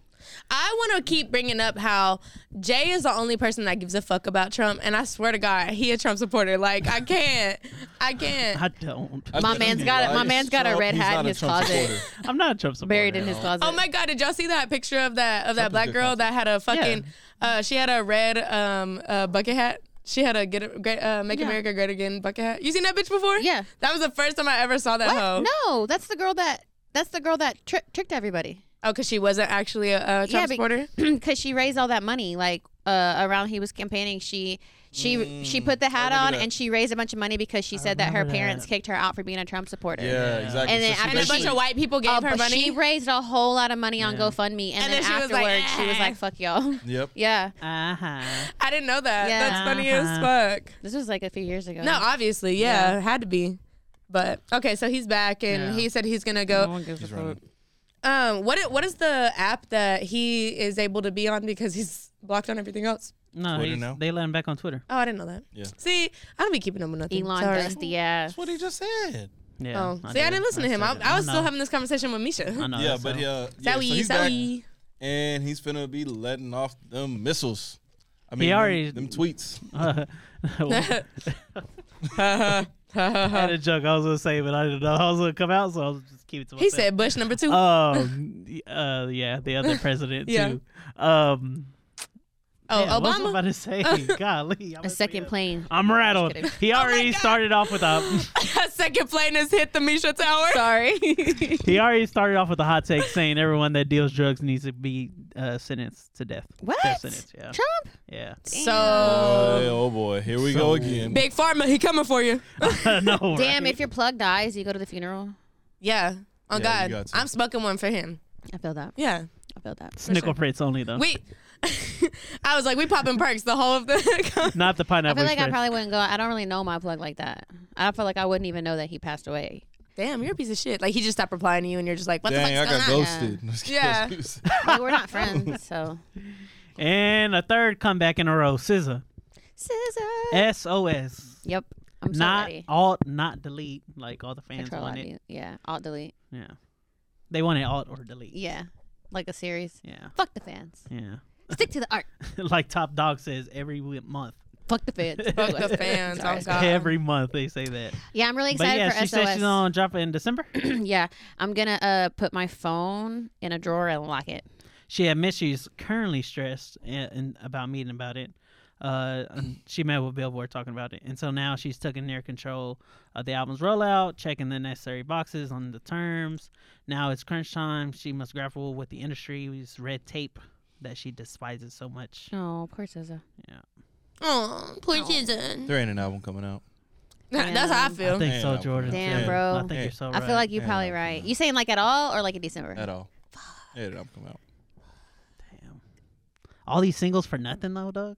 C: I want to keep bringing up how Jay is the only person that gives a fuck about Trump, and I swear to God, he a Trump supporter. Like I can't, I can't.
B: I don't.
E: I
D: My
E: think
D: man's
E: he
D: got a- my
E: lies.
D: man's got a
E: Trump,
D: red
E: he's
D: hat
E: not
D: in
E: a
D: his
E: Trump
D: closet.
E: supporter.
B: I'm not a Trump supporter.
D: Buried in his closet.
C: Oh my God, did y'all see that picture of that of that
E: Trump's a
C: black
E: good
C: girl
E: concept.
C: that had a fucking? Uh, she had a red um uh, bucket hat. She had a get great uh, make
D: Yeah.
C: America great again bucket hat. You seen that bitch before?
D: Yeah.
C: That was the first time I ever saw that hoe.
D: What? No, that's the girl that that's the girl that tri- tricked everybody.
C: Oh, because she wasn't actually a, uh Trump supporter.
D: [CLEARS THROAT] because she raised all that money like uh, around he was campaigning. She she she put the hat on
E: that.
D: and she raised a bunch of money because she said that her parents kicked her out for being a Trump supporter.
E: Yeah, exactly.
D: And then
E: she
D: after
C: And a bunch
E: basically-
C: of white people gave
D: Uh,
C: her
D: but
C: money.
D: she raised a whole lot of money on GoFundMe, and,
C: And then
D: then,
C: she was
D: afterwards
C: like,
D: she was
C: "Ah."
D: like, "Fuck y'all." [LAUGHS]
E: Yep.
D: yeah,
B: Uh huh.
C: I didn't know that.
D: Yeah.
C: That's funny as fuck.
D: this was like a few years ago.
C: No, obviously, yeah, had to be. But okay, so he's back, and
B: Yeah.
C: he said he's gonna go. Um, what i- what is the app that he is able to be on because he's blocked on everything else?
B: No,
E: Twitter
B: he's-
E: now?
B: they let him back on Twitter.
C: Oh, I didn't know that.
E: Yeah.
C: See, I don't be keeping up with nothing.
D: Elon
C: Sorry.
D: does the uh, ass.
E: That's what he just said.
B: Yeah.
C: Oh, see, I
B: did.
C: didn't listen to him. I,
B: said it.
C: I was
B: know.
C: still having this conversation with
B: I
C: Misha.
B: know.
E: yeah,
B: Uh, that's
E: but
B: how-
E: yeah, yeah.
C: Zoe,
E: so he's back,
C: Zoe.
E: and he's finna be letting off them missiles. I mean,
B: already-
E: them, them tweets.
B: I had a joke [LAUGHS] I was gonna say, but I didn't know I was gonna come out, so I was just keep it to myself.
C: He said Bush number two.
D: Uh,
B: um, y- uh, yeah, the other president
C: Yeah.
B: too. Um,
C: oh,
B: yeah, What was I
C: Obama.
B: about to say? Golly, I'm
D: A second plane.
B: I'm rattled. [LAUGHS]
D: kidding.
B: He already
C: God.
B: started off with a
C: Second plane has hit the Misha Tower.
D: Sorry.
B: he already started off with a hot take saying everyone that deals drugs needs to be uh, sentenced to death.
D: What?
B: Death sentence, yeah.
D: Trump?
B: Yeah.
C: [LAUGHS]
B: [LAUGHS]
C: So
E: Hey, oh boy, here we go again.
C: big pharma, he coming for you.
D: [LAUGHS]
B: no.
D: Damn,
B: right?
D: if your plug dies, you go to the funeral.
C: Yeah. Oh
E: you
C: God,
E: got to.
C: I'm smoking one for him.
D: I feel that.
C: Yeah.
D: I feel that.
B: Snickle Fritz only though.
C: We, [LAUGHS] I was like, we popping perks the whole of the. [LAUGHS]
B: Not the
D: I
B: pineapple.
D: feel like I
B: Express.
D: probably wouldn't go. I don't really know my plug like that. I feel like I wouldn't even know that he passed away.
C: Damn, you're a piece of shit. Like he just stopped replying to you, and you're just like, what
E: Dang, [LAUGHS]
C: the
E: I
C: fuck's
E: got
D: [LAUGHS]
C: going on?
E: ghosted.
C: Yeah.
B: [LAUGHS]
D: I mean, we're not friends, so
B: And a third comeback in a row, SZA.
D: Scissor.
B: SOS.
D: Yep. I'm so
B: not
D: ready.
B: alt, not delete. Like all the fans
D: Control
B: want
D: I
B: it.
D: mute. Yeah. Alt delete.
B: Yeah. They want it alt or delete.
D: Yeah. Like a series.
B: Yeah.
D: Fuck the fans.
B: Yeah. [LAUGHS]
D: Stick to the art.
B: like Top Dog says every w- month.
D: Fuck the fans.
C: Fuck the fans. Oh, God.
B: Every month they say that.
D: Yeah, I'm really
B: But
D: excited
B: yeah,
D: for
B: she said she's
D: SOS.
B: gonna drop it in December.
D: [CLEARS THROAT] yeah. I'm gonna uh put my phone in a drawer and lock it.
B: she admits she's currently stressed and, and about meeting about it. Uh,
D: [LAUGHS]
B: and she met with Billboard talking about it, and so now she's taking near control of the album's rollout, checking the necessary boxes on the terms. Now it's crunch time. She must grapple with the industry's red tape that she despises so much.
D: Oh, poor SZA.
B: Yeah.
C: Oh, poor Jason.
E: There ain't an album coming out.
C: That's how I
D: Damn.
C: feel.
B: I think
E: Ain't
B: so,
E: no
B: Jordan.
E: plan.
D: Damn,
E: Yeah.
D: bro.
B: I think you're so
D: I
B: right.
D: feel like you're
E: Yeah,
D: probably
E: no,
D: right. You saying like at all or like in December?
E: at all. It ain't an album coming out.
B: all these singles for nothing though, Doug.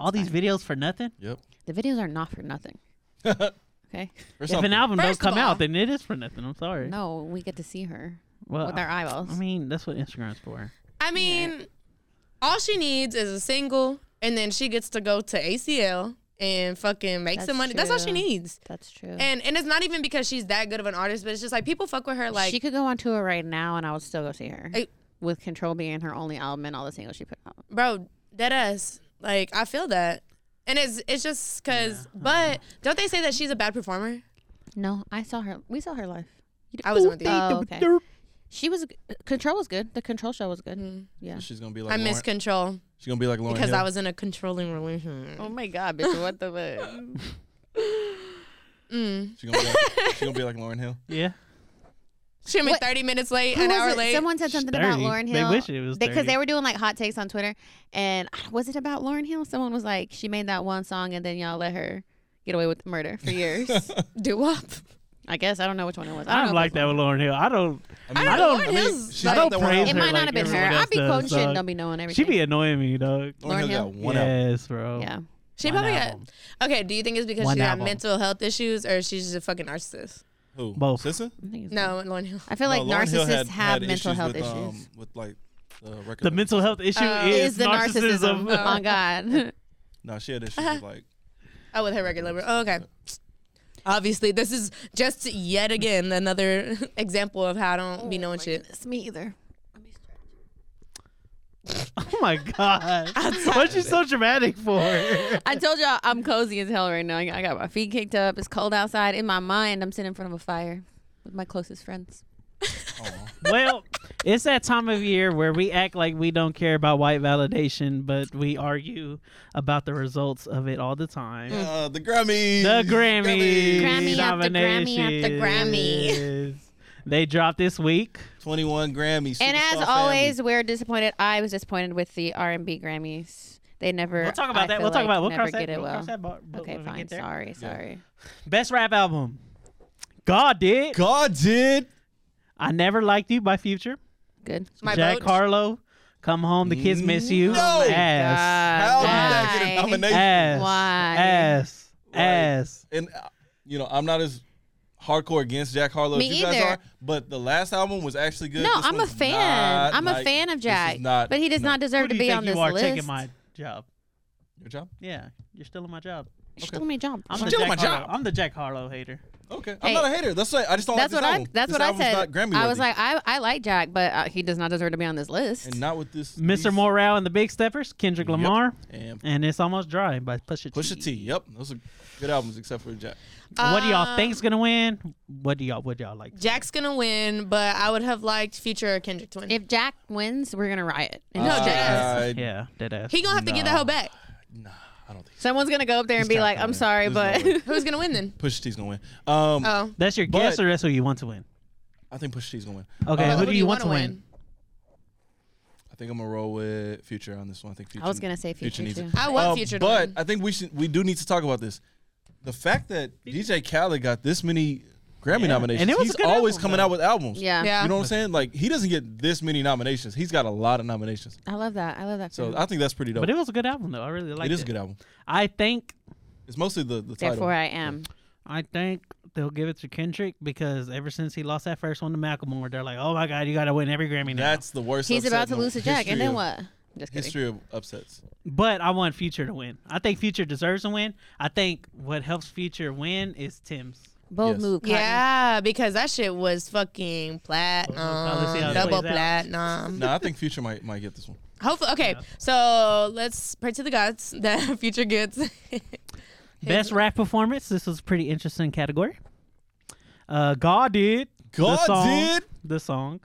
B: All these videos for nothing.
E: Yep.
D: The videos are not for [LAUGHS] nothing. okay.
B: If an album don't
D: First of
B: come
D: all-
B: out, then it is for nothing. I'm sorry.
D: No, we get to see her
B: Well,
D: with our
B: I-
D: eyeballs.
B: I mean, that's what Instagram's for.
C: I mean, all she needs is a single, and then she gets to go to ACL and fucking make some money. That's all she
D: true.
C: needs.
D: That's true.
C: And and it's not even because she's that good of an artist, but it's just like people fuck with her. Like
D: she could go on tour right now, and I would still go see her.
C: Hey.
D: with Control being her only album and all the singles she put out.
C: bro, dead ass. Like I feel that, and it's it's just cause. But don't they say that she's a bad performer?
D: No, I saw her. We saw her live. You
C: I wasn't with you.
D: Oh, okay. She was Control was good. The Control show was good. Yeah.
E: She's gonna be like
C: I miss
E: Lauren-
C: control
E: She's gonna be like Lauren
C: because
E: Hill.
C: I was in a controlling relationship.
D: Oh my god, bitch! What the [LAUGHS] fuck?
C: Mm.
E: She gonna be
D: [LAUGHS]
E: like, she gonna be like Lauren Hill.
B: Yeah.
C: She gonna be
D: What-
C: thirty minutes late,
D: Who
C: an
D: was
C: hour
D: it?
C: late.
D: Someone said something
B: 30.
D: about Lauren
B: They
D: Hill.
B: wish it was
D: because
B: 30.
D: they were doing like hot takes on Twitter, and was it about Lauren Hill? Someone was like, she made that one song, and then y'all let her get away with murder for [LAUGHS] years.
C: Do up.
D: I guess I don't know which one it was.
B: I
D: I
B: don't
D: don't know.
B: like that with Lauren Hill. I don't.
C: I don't know, Lauren Hill's,
B: I
C: like-
B: don't
C: It
B: praise
D: might
B: her
D: not
B: like
D: have been her.
B: everyone
D: I
B: else
D: be
B: does,
D: quoting shit and
B: dog.
D: don't be knowing
B: She be annoying me, dog.
D: Lauren Hill Hill? got
E: one album.
B: yes, bro.
D: yeah.
C: She
B: One
C: probably
B: album.
C: got. Okay, do you think it's because
B: One
C: she got
B: album.
C: mental health issues or she's just a fucking narcissist?
E: Who?
B: Both.
E: Sissa?
D: I think it's-
C: No, Lauren Hill.
D: I feel like
E: No, Lauryn Hill
D: narcissists
E: had-
D: have
E: had
D: mental health
E: with,
D: issues.
E: Um, with like the record.
B: The mental health issue
C: Uh,
B: is,
D: Oh, the
B: narcissism.
D: narcissism? oh God.
E: No, she had issues with
D: [LAUGHS]
E: like.
C: Oh, with her regular liver. Oh, okay. Obviously, this is just yet again another [LAUGHS] example of how I don't be knowing shit.
D: It's me either.
B: [LAUGHS] oh my god! What's she so dramatic
D: [LAUGHS]
B: for?
D: I told y'all I'm cozy as hell right now. I got my feet kicked up. It's cold outside. In my mind, I'm sitting in front of a fire with my closest friends.
B: well, it's that time of year where we act like we don't care about white validation, but we argue about the results of it all the time.
E: Uh, the Grammys.
B: The Grammy,
D: Mm. Grammy after Grammy after Grammy.
B: Grammy. They dropped this week.
E: Twenty-one Grammys.
D: and as
E: Superstar
D: always,
E: Family.
D: we're disappointed. I was disappointed with the R&B Grammys. They never.
B: We'll talk
D: I
B: about that.
D: feel
B: We'll talk
D: like,
B: about. We'll
D: never
B: cross that.
D: get it
B: We'll
D: well.
B: cross that bar, but
D: okay,
B: when we
D: fine.
B: get there.
D: Sorry, sorry.
B: Best rap album. God did.
E: God did.
B: I never liked you by Future.
D: Good.
C: My
B: Jack
C: vote.
B: Carlo. Come home. The kids miss you.
E: No.
B: Ass.
E: How did
D: God.
E: that get a nomination?
B: Ass.
D: Why?
B: Ass.
E: Like,
B: Ass.
E: And uh, you know, I'm not as hardcore against Jack Harlow
D: Me
E: as you guys
D: either.
E: are, but the last album was actually good.
D: No,
E: This
D: I'm a
E: one's
D: fan.
E: not,
D: I'm a
E: like,
D: fan of
E: this is
D: Jack,
E: not-
D: but he does
E: no.
D: not deserve
B: Who
D: to
B: do you
D: be
B: think
D: on
B: you
D: this
B: are
D: list.
B: taking my job?
E: Your job?
B: Yeah, you're still in my job.
D: You're still in my job.
B: I'm
E: You're
B: the
E: still in
B: Jack
E: my job.
B: Harlow- I'm the Jack Harlow hater.
E: Okay,
D: Hey,
E: I'm not a hater. That's right. I just don't
D: That's
E: like
D: what
E: this
D: I.
E: album.
D: That's
E: This
D: what I
E: album's
D: said.
E: Not Grammy
D: I was like, I, I like Jack, but uh, he does not deserve to be on this list.
E: and not with this
B: Mr.
E: these-
B: Morale and the Big Steppers, Kendrick Lamar,
E: and
B: and it's almost dry by Pusha
E: Pusha
B: T.
E: T. Yep, those are good albums except for Jack.
B: What do y'all
C: Um,
B: think's gonna win? What do y'all what y'all like?
C: Jack's gonna win, but I would have liked Future or Kendrick to win.
D: If Jack wins, we're gonna riot. And
C: No,
D: he's
C: Jack-
E: I,
B: Yeah, dead ass.
C: he gonna have to give that
E: Nah.
C: hoe back.
E: Nah, I don't think.
D: Someone's gonna go up there and
E: He's
D: be
E: not
D: like,
E: gonna
D: "I'm
E: win.
D: sorry,
E: There's
D: but
E: no
D: [LAUGHS]
C: Who's gonna win then?
E: Pusha T's gonna win. Um,
C: Oh,
B: That's your
E: But-
B: guess, or that's who you want to win.
E: I think Pusha T's gonna win. Uh,
B: Okay,
C: But
B: who, do you want to
C: wanna
B: win?
E: I think I'm gonna roll with Future on this one. I think Future.
D: I was gonna say Future
E: needs
D: too.
E: it.
C: I want
E: Uh,
C: Future to
E: but
C: win.
E: I think we should. We do need to talk about this. The fact that DJ Khaled got this many Grammy
B: Yeah.
E: nominations,
B: And it was a
E: he's
B: good
E: always
B: album,
E: coming
B: though.
E: out with albums.
D: Yeah.
C: Yeah.
E: You know what I'm saying? Like he doesn't get this many nominations. He's got a lot of nominations.
D: I love that. I love that.
E: So
D: film.
E: I think that's pretty dope.
B: But it was a good album though. I really liked it.
E: it is a good album.
B: I think
E: It's mostly the the title.
D: Therefore, I am.
B: I think they'll give it to Kendrick because ever since he lost that first one to Macklemore, they're like, "Oh my God, you got to win every Grammy now."
E: That's the worst.
D: He's
E: upset
D: about
E: in
D: to
E: the
D: lose to Jack,
E: history
D: and then
E: of-
D: what? Just kidding.
E: History of
B: [LAUGHS]
E: upsets.
B: But I want Future to win. I think Future deserves to win. I think what helps Future win is Tim's.
D: Bold move.
C: Yeah, because that shit was fucking
B: let's see how
C: platinum,
B: it
C: double
B: plays out.
C: platinum.
E: no, I think Future might might get this one.
C: Hopefully, okay. So let's pray to the gods [LAUGHS] that Future gets.
B: Best rap performance. This was a pretty interesting category. Uh, God did.
E: God
B: the song,
E: did?
B: the song.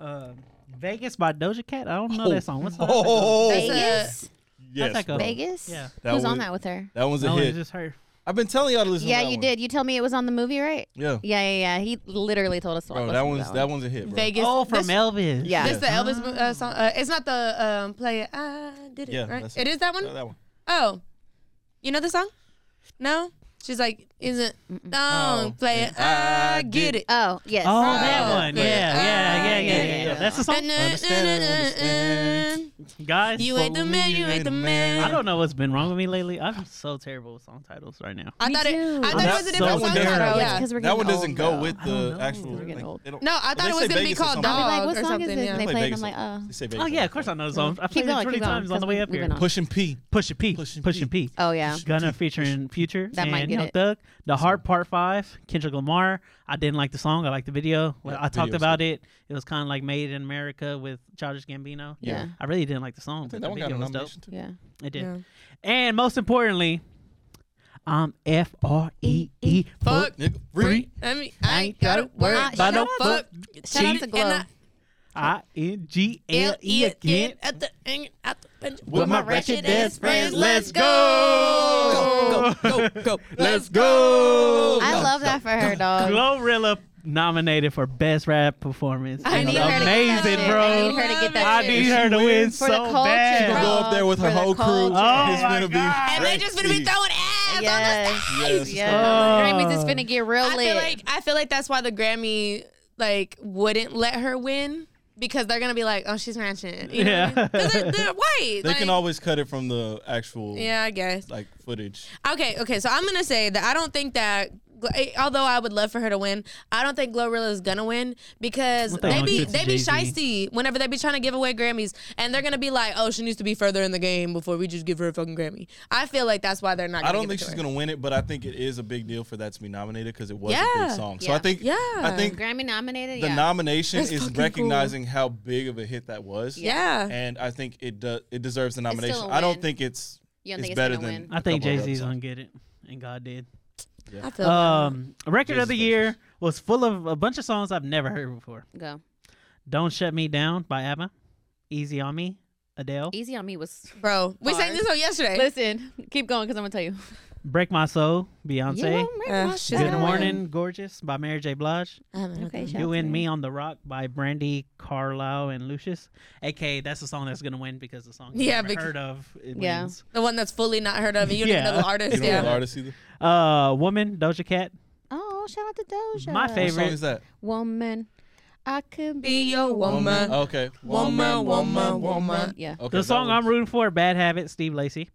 B: Uh, Vegas by Doja Cat. I don't know that song. What's that?
E: Oh.
C: uh,
D: Vegas?
E: Yes, bro.
D: Vegas?
B: Yeah.
D: Who's
E: one-
D: on that with her?
E: That one's a
B: No,
E: hit.
B: it's just her.
E: I've been telling y'all to listen.
D: yeah,
E: to that
D: you
E: one.
D: did. You told me it was on the movie, right?
E: Yeah.
D: Yeah, yeah, yeah. He literally told us to
E: Bro,
D: watch
E: that
D: this
E: one's
D: movie,
E: that, one's a hit. Bro.
C: Vegas.
B: Oh, from
C: This-
B: Elvis.
D: Yeah.
C: This the Elvis uh, song. Uh, it's not the um, play. I did it.
E: Yeah,
C: right?
E: that's
C: it is that one.
E: Yeah, that one.
C: Oh, you know the song? No. She's like, isn't don't play it. I get it.
D: Oh, yes.
B: Oh, that one. Yeah,
D: Ah,
B: yeah, yeah, yeah, yeah. yeah. That's the song. Guys,
C: You ain't the man. You ain't the man.
B: I don't know what's been wrong with me lately. I'm so terrible with song titles right now.
C: I thought it. I thought
B: I'm
C: it was a
B: so
C: different song.
B: bad.
C: title.
B: Bro,
C: Yeah.
D: because we're
E: That
D: getting
E: one doesn't
D: old,
E: go
D: bro.
E: with the actual. like,
D: old.
E: they don't-
C: No, I
E: if
C: thought
E: they
C: it
E: say
C: was gonna be
E: Vegas or
C: called
E: something-
C: Dog
D: I'll be like,
C: or
D: what song is
C: something.
D: this? And
C: Yeah.
E: Play
D: they play it, and
E: Vegas
D: I'm like, oh.
E: They say Vegas.
B: Oh yeah, of course I know the song. I
D: Keep
B: played it
D: going,
B: 20
D: keep going,
B: times on the
D: 'cause
B: way up
D: moving
B: here.
D: on.
E: Push and P.
B: Push a P.
E: Push and
B: Push and
E: P.
B: P.
D: Oh, yeah.
B: Gunna featuring Future
D: That
B: and
D: might get
B: Young
D: it.
B: Thug. The Heart Part Five, Kendrick Lamar. I didn't like the song. I liked the video. Well,
E: Yeah,
B: I talked
E: video's
B: about it. It was kind of like Made in America with Childish Gambino.
D: Yeah.
B: I really didn't like the song, but
E: That
B: the
E: one got
B: video
E: a
B: was dope.
E: nomination too.
D: Yeah.
B: It did.
C: Yeah.
B: And most importantly, I'm F R E E.
C: Fuck.
E: Nigga,
C: Free.
E: free.
C: I mean, I ain't gotta worry
D: Ah,
C: about
D: shut
C: no
D: up.
C: fuck.
D: Shout out to Glow.
B: I N G L E again.
C: At the end, at the bench.
E: With my
D: wretched
E: ass friends,
D: let's
E: go. Go, go, go. Let's go.
D: I love that for her,
B: [LAUGHS]
D: dog.
B: Glorilla nominated for best rap performance.
C: I
B: It's
C: need her to get that
B: amazing,
C: shit.
B: bro.
C: I
D: need her to get that
B: I
D: shit.
B: need her to win
D: For
B: so
D: the culture,
B: bad.
E: She's gonna
D: bro.
E: go up there with her
D: For the
E: whole crew.
D: culture.
B: Oh
E: it's
B: my
E: gonna be
B: God.
C: And they just gonna be
E: crazy.
C: throwing ass on the
D: Yes.
C: stage.
E: Yes,
D: Yes.
B: Oh.
D: Grammys is finna get real
C: I
D: lit.
C: feel like I feel like that's why the Grammy like wouldn't let her win because they're gonna be like, oh, she's ranching. You know what I mean? 'Cause they're, they're white.
E: They can
C: like-
E: always cut it from the actual
C: Yeah, I guess.
E: like footage.
C: Okay, okay. So I'm gonna say that I don't think that. eh, Although I would love for her to win, I don't think Glorilla is gonna win because
B: What the
C: they
B: hell
C: be
B: is
C: they be
B: Jay-Z?
C: shisty whenever they be trying to give away Grammys, and they're gonna be like, "Oh, she needs to be further in the game before we just give her a fucking Grammy." I feel like that's why they're not. Gonna
E: I don't think
C: give
E: she's
C: it to her.
E: gonna win it, but I think it is a big deal for that to be nominated because it was a
C: Yeah.
E: big song. So
D: Yeah.
E: I think
C: Yeah.
E: I think
D: Grammy nominated.
E: the
D: yeah.
E: nomination
C: That's
E: is
C: fucking cool.
E: recognizing how big of a hit that was.
C: Yeah.
E: and I think it does. It deserves the
D: still
E: nomination.
D: a
E: I don't
D: win.
E: think it's
D: You don't
E: it's
D: think it's
E: better
D: gonna
E: than
D: win?
B: I think
E: a couple
B: Jay
E: of other
B: Z's gonna
E: songs.
B: get it, and God did.
C: I feel
B: Um, record
E: Jay-Z's
B: of the
E: versus.
B: year was full of a bunch of songs I've never heard before.
D: Go.
B: Don't Shut Me Down by ABBA, Easy on Me, Adele,
D: Easy on me was.
C: bro. We sang
D: Hard.
C: this song yesterday.
D: Listen, keep going because I'm gonna tell you.
B: Break My Soul,
D: You
B: Beyonce,
D: don't make
C: Uh,
D: my
C: she's
B: Good
C: gonna win.
D: style.
B: Morning Gorgeous by Mary J. Blige,
C: Mm-hmm.
D: Okay, shout out
B: You
D: to
B: and Me on the Rock by Brandy Carlisle and Lucius. AK, that's the song that's gonna win because the song
C: Yeah,
B: yeah, never
C: because-
B: heard of. It
D: Yeah.
B: wins.
C: The one that's fully not heard of, and you don't
B: Yeah.
C: even know the artist.
E: You don't know the
C: yeah.
E: artist either.
B: Uh, Woman Doja Cat.
D: Oh, shout out to Doja.
B: My
E: What
B: favorite.
E: song is that?
D: woman. I could be.
C: Be your woman.
E: Okay.
C: Woman, woman, woman.
D: Yeah.
E: Okay,
B: The
E: that
B: song
E: one.
B: I'm rooting for, Bad Habit, Steve Lacy.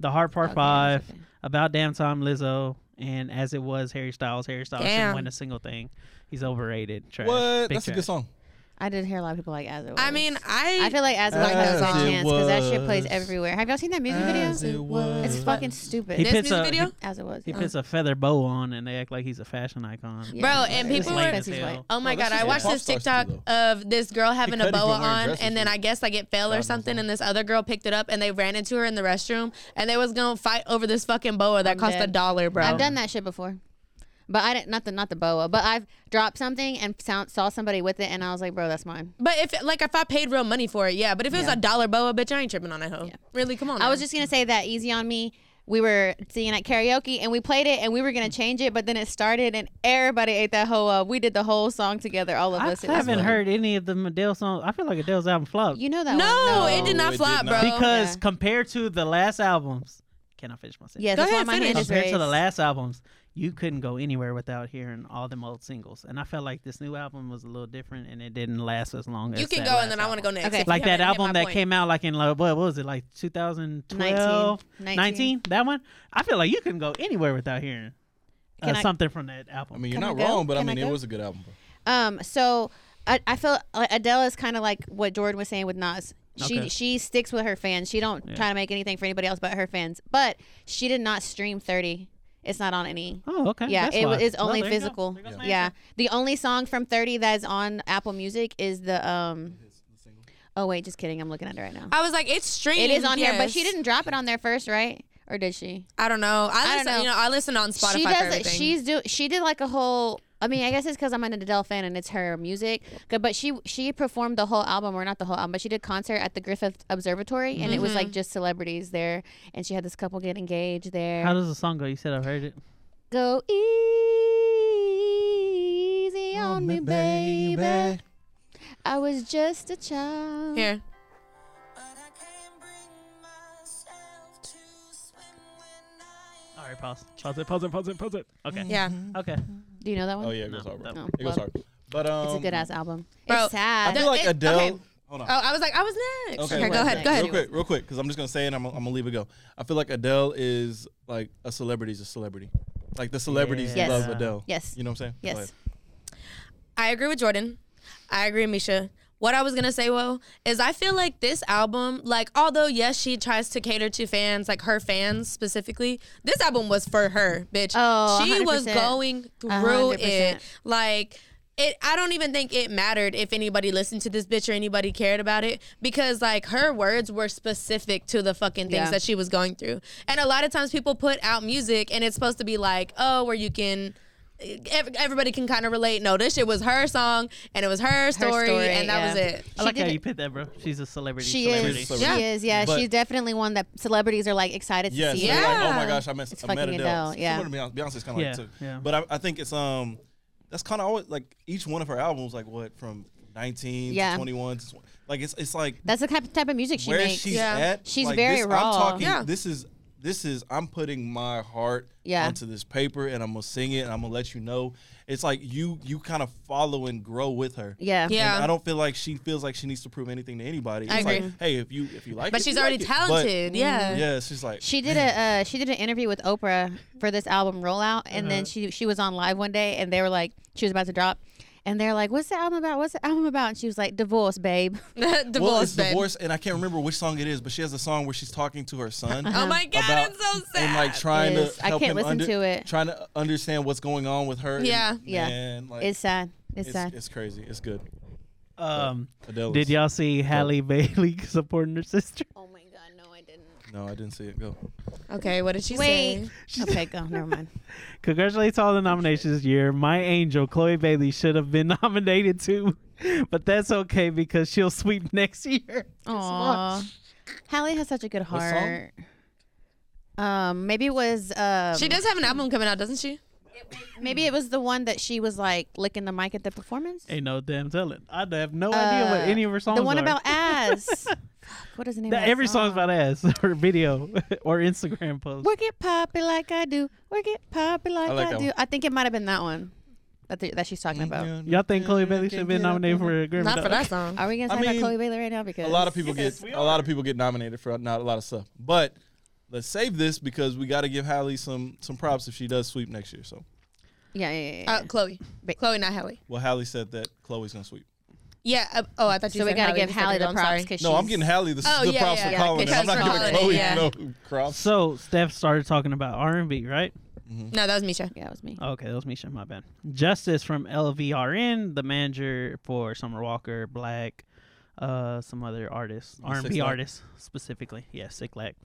B: The Hard Part
D: Okay,
B: Five,
D: okay.
B: About Damn Time, Lizzo, and As It Was, Harry Styles. Harry Styles
C: Damn.
B: shouldn't win a single thing. He's overrated. Trash.
E: What?
B: Big
E: That's a good
B: trash.
E: song.
D: I did hear a lot of people like as it was.
C: I mean, I
D: I feel like as it was
E: As
D: has a
E: it
D: chance because that shit plays
E: was.
D: everywhere. Have y'all seen that music
E: As
D: video?
E: it was.
D: It's fucking stupid.
B: He
C: this
B: puts
C: music
B: a-
C: video,
D: as it was. Oh.
B: He
D: yeah.
B: puts a feather bow on and they act like he's a fashion icon.
D: Yeah.
C: bro, and
D: It's
C: people
D: lame
C: were
D: as hell.
B: hell.
C: Oh my
E: Oh, that's
C: god!
E: just
C: I
E: what
C: watched
E: pop
C: this
E: stars do,
C: TikTook of this girl having a
E: Cudi been
C: boa
E: wearing
C: on,
E: dresses
C: and then
E: for
C: I guess like it fell or
E: knows
C: something,
E: why.
C: and this other girl picked it up, and they ran into her in the restroom, and they was gonna fight over this fucking boa that
D: I'm
C: cost a
D: dead.
C: dollar, bro.
D: I've done that shit before. But I didn't not the not the boa, but I've dropped something and sound, saw somebody with it and I was like, bro, that's mine.
C: But if like if I paid real money for it, yeah. But if it was
D: Yeah.
C: a dollar boa, bitch, I ain't tripping on that hoe. Really, come on.
D: I was
C: man.
D: just gonna say that easy on me. We were singing at karaoke and we played it and we were gonna change it, but then it started and everybody ate that whole up. We did the whole song together, all of
B: I
D: us. It was
B: haven't
D: fun.
B: heard any of the Adele songs. I feel like Adele's album flopped.
D: You know that
C: no,
D: one.
C: it did
E: it
C: not
E: did
C: flop,
E: not.
C: bro.
B: because
D: Yeah.
B: compared to the last albums, can I finish my sentence?
D: Yeah,
C: Go
D: that's
C: ahead,
D: why my hand
C: finish.
D: is
B: compared
D: raised.
B: to the last albums, you couldn't go anywhere without hearing all them old singles. And I felt like this new album was a little different, and it didn't last as long.
C: you
B: as that
C: can go,
B: last
C: and then I want to
B: album.
C: go next.
D: Okay.
C: if you
B: Like that
C: haven't hit my
B: album that
C: point.
B: came out like in like, what was it like 2012,
D: 19.
B: 19, That one, I feel like you couldn't go anywhere without hearing uh,
D: Can I-
B: something from that album.
E: I mean, you're
D: Can I
E: not
D: go?
E: wrong, but I
D: Can I
E: mean, it
D: go?
E: was a good album. bro.
D: Um, so I, I feel like Adele is kind of like what Jordan was saying with Nas. She
L: Okay.
D: she sticks with her fans. She don't
L: Yeah.
D: try to make anything for anybody else but her fans. But she did not stream 30. It's not on any.
B: Oh, okay.
D: Yeah,
B: That's
D: it
B: why.
D: is
B: Well,
D: only
B: there you go.
D: physical.
B: There goes my
D: Yeah. The only song from 30 that is on Apple Music is the um Oh wait, just kidding. I'm looking at it right now.
C: I was like, it's streamed.
D: It is on here, but she
C: yes.
D: didn't drop it on there first, right? Or did she?
C: I don't know. I,
D: I
C: listen,
D: don't know.
C: You know, I listen on Spotify.
D: she
C: for
D: does.
C: everything.
D: She's do. She did like a whole. I mean, I guess it's because I'm an Adele fan and it's her music. Good, but she she performed the whole album, or not the whole album, but she did concert at the Griffith Observatory, and it was
C: Mm-hmm.
D: like just celebrities there, and she had this couple get engaged there.
B: How does the song go? You said I've heard it.
D: Go easy on me, baby.
E: Oh,
D: I was just a child.
C: Here.
B: All right, pause. Pause it. Pause it. Pause it. Pause it. Okay.
D: Mm-hmm.
C: Yeah.
B: Okay.
D: Do you know that one?
E: Oh yeah, it goes
B: No,
E: hard. bro.
B: no.
E: It goes
B: Well,
E: hard. But um,
D: it's a good ass album.
C: Bro,
D: it's sad.
E: I feel like
C: It-
E: Adele.
C: okay.
E: Hold on.
C: Oh, I was like, I was next. Okay, go ahead. Go ahead.
E: Real quick, real quick, because I'm just gonna say it. And I'm, I'm gonna leave it go. I feel like Adele is like a celebrity's a celebrity. Like the celebrities
C: Yes.
E: love Adele.
C: Yes.
E: You know what I'm saying?
C: Yes.
E: Go ahead.
C: I agree with Jordan. I agree, Misha. What I was gonna say, Wo, is I feel like this album, like although yes, she tries to cater to fans, like her fans specifically, this album was for her, bitch.
D: Oh,
C: she was
D: 100%.
C: going through
D: 100%.
C: it, like. It, I don't even think it mattered if anybody listened to this bitch or anybody cared about it because like her words were specific to the fucking things
D: Yeah.
C: that she was going through. And a lot of times people put out music and it's supposed to be like, oh, where you can ev- everybody can kind of relate. No, this shit was her song and it was her story,
D: story,
C: and that was
D: yeah.
C: it.
B: I like how you
C: it.
B: put that, bro. She's a celebrity.
D: She
B: celebrity.
D: is. She is. Yeah, she's definitely one that celebrities are like excited to
E: Yes.
D: see.
E: they're Like, oh my
D: Yeah.
E: gosh, I, miss,
D: It's
E: I met
D: fucking
E: Adele.
D: Adele,
E: It's
D: yeah.
E: Similar to Beyonce, Beyonce's kind of
B: Yeah,
E: like too.
B: yeah.
E: But I, I think it's um, that's kind of always like each one of her albums, like what from 19
D: Yeah.
E: to 21 to 20, like it's it's like
D: That's the type type of music she
E: where
D: makes.
E: she's at.
D: She's
E: like,
D: very
E: this,
D: raw.
E: I'm talking. This is this is I'm putting my heart
D: Yeah.
E: onto this paper, and I'm gonna sing it, and I'm gonna let you know. It's like you you kind of follow and grow with her.
D: Yeah.
E: And
D: Yeah.
E: I don't feel like she feels like she needs to prove anything to anybody.
D: I
E: It's
D: agree.
E: like, hey, if you if you like,
C: But
E: it,
C: she's
E: you
C: already
E: like it. But-
C: talented, yeah.
E: Yeah. She's like
D: Mm-hmm. She did a uh, she did an interview with Oprah for this album rollout, and then
E: Uh-huh.
D: she she was on live one day, and they were like she was about to drop, and they're like, "What's the album about? What's the album about?" And she was like,
B: [LAUGHS]
D: "Divorce, babe."
C: [LAUGHS]
E: well, it's divorce, and I can't remember which song it is, but she has a song where she's talking to her son.
D: Oh my God,
E: about-
D: it's so sad.
E: And like trying
D: Yes,
E: to,
D: I
E: help
D: can't
E: him
D: listen
E: under-
D: to it.
E: Trying to understand what's going on with her. and,
D: Yeah. Yeah.
E: man, like,
D: It's sad. It's sad.
E: It's crazy. It's good.
B: Um,
E: Adele
B: did
E: is-
B: y'all see Halle Bailey [LAUGHS] supporting her sister?
D: Oh.
E: Oh No, I didn't see it. Go.
C: Okay, what did she
D: Wait.
C: say?
B: [LAUGHS]
D: okay, go. Never mind.
B: Congratulates all the nominations this year. My angel, Chloe Bailey, should have been [LAUGHS] nominated too, but that's okay because she'll sweep next year.
D: Aww. Hallie has such a good
B: What song?
D: heart. Um, maybe it was um,
C: She does have an album coming out, doesn't she?
D: Maybe it was the one that she was like licking the mic at the performance.
B: Ain't no damn telling. I have no idea what
D: Uh,
B: any of her songs
D: The one
B: are. [LAUGHS]
D: about Uh. ass. what is the name?
B: That-
D: of that
B: every song's
D: song?
B: about ass [LAUGHS] or video or Instagram post.
D: Work it poppy like I do. Work it poppy like
B: like
D: I,
B: that
D: do.
B: one.
D: I think it might have been that one that, the, that she's talking about.
B: Y'all think Chloe Bailey should have
D: [LAUGHS]
B: been nominated for a Grammy? Dog?
D: song. Are we gonna
E: I
D: talk
E: mean,
D: about Chloe Bailey right now? Because
E: a lot of people get a lot of people get nominated for not a lot of stuff, but let's save this because we got to give Hallie some some props if she does sweep next year. So,
D: Yeah, yeah,
B: Oh,
D: yeah.
C: Uh, Chloe. Chloe, not Hallie.
E: well, Hallie said that Chloe's gonna sweep.
C: Yeah. Uh, oh, I thought you
D: So we
C: said
D: gotta
C: Hallie.
D: give
C: You said
D: Hallie
C: it,
D: the
C: I'm
D: props
C: sorry.
D: 'cause
E: No, I'm getting Hallie the,
C: Oh,
E: the
C: yeah,
E: props
C: yeah,
E: for
C: yeah,
E: Colin.
C: because
E: I'm not
C: for
E: giving
C: Colin,
E: Chloe
C: yeah.
E: no props.
B: So Steph started talking about R and B, right?
C: No, that was Misha.
D: Yeah, it was me.
B: Okay, that was Misha. My bad. Justice from LVRN, the manager for Summer Walker, Black, uh, some other artists,
A: Yeah,
B: R and
A: Six
B: B
A: Lack.
B: artists specifically. Yeah, Sick Lack.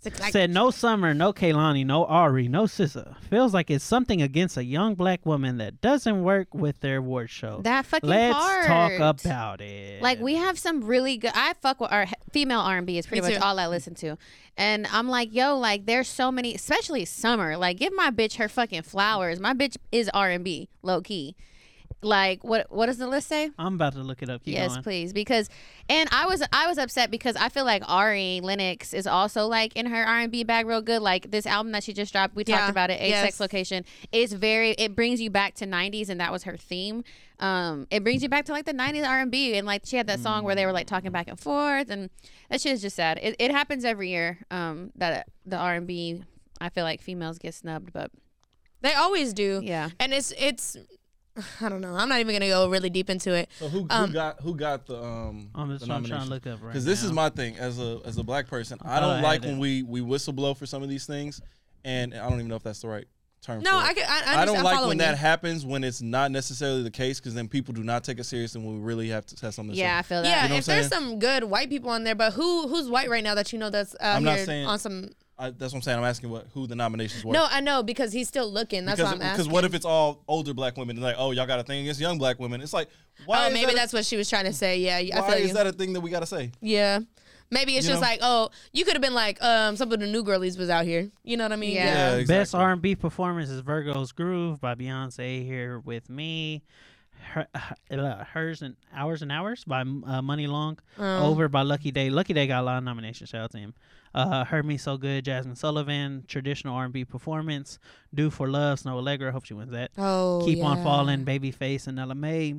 C: Six
A: Lack.
B: Said no Summer, no Kaylani, no Ari, no SZA. Feels like it's something against a young black woman that doesn't work with their award show.
D: That fucking
B: Let's
D: part.
B: talk about it.
D: Like we have some really good. I fuck with our female R and B is pretty
B: Me
D: much
B: too.
D: all I listen to, and I'm like, yo, like there's so many, especially summer. Like give my bitch her fucking flowers. My bitch is R and B, low key. Like what? What does the list say?
B: I'm about to look it up. Keep
D: yes,
B: going.
D: please. Because, and I was I was upset because I feel like Ari Lennox is also like in her R and B bag real good. Like this album that she just dropped, we
L: Yeah.
D: talked about it. A
L: Yes.
D: Sex Location. It's very. It brings you back to '90s, and that was her theme. Um, it brings you back to like the '90s R and B, and like she had that song where they were like talking back and forth, and that shit is just sad. It, it happens every year. Um, that the R and B, I feel like females get snubbed, but
C: They always do.
D: Yeah.
C: And it's [SIGHS] it's I don't know. I'm not even gonna go really deep into it.
E: So who, who
C: Um,
E: got who got the um?
B: I'm just
E: the
B: trying- trying to
E: nomination?
B: look up right
E: this is
B: now.
E: my thing as a as a black person. I
B: Oh,
E: don't
B: I
E: like
B: had
E: when we we whistleblow for some of these things, and I don't even know if that's the right term.
C: No,
E: for
C: I
E: it.
C: can- I- I understand.
E: don't
C: I'm
E: like
C: following
E: when that
C: you.
E: happens when it's not necessarily the case because then people do not take it serious and we really have to have something. to say.
D: Yeah, I feel that.
C: Yeah,
E: You know what
C: if
E: I'm
C: there's
E: saying?
C: some good white people on there, but who who's white right now that you know that's out
E: I'm
C: here
E: not saying
C: on some?
E: I, that's what I'm saying. I'm asking what who the nominations were.
C: No, I know because he's still looking. That's
E: because,
C: why I'm asking.
E: Because what if it's all older black women and like, oh, y'all got a thing against young black women? It's like, why?
C: oh,
E: is
C: maybe
E: that a-
C: that's what she was trying to say. Yeah, I
E: why
C: feel
E: is
C: you.
E: that a thing that we gotta say?
C: yeah, maybe it's
E: You
C: just
E: know?
C: like, oh, you could have been like, um, some of the new girlies was out here. You know what I mean?
B: Best R and B performance is Virgo's Groove by Beyonce here with me. Her, uh, hers and hours and hours by uh, Money Long.
C: Oh.
B: Over by Lucky Day. Lucky Day got a lot of nominations. Shout out to him. Uh, Heard me so good. Jasmine Sullivan. Traditional R and B performance. Do for love. Snow Allegra. Hope she wins that.
C: Oh,
B: Keep on
C: yeah.
B: falling. Babyface and Ella May.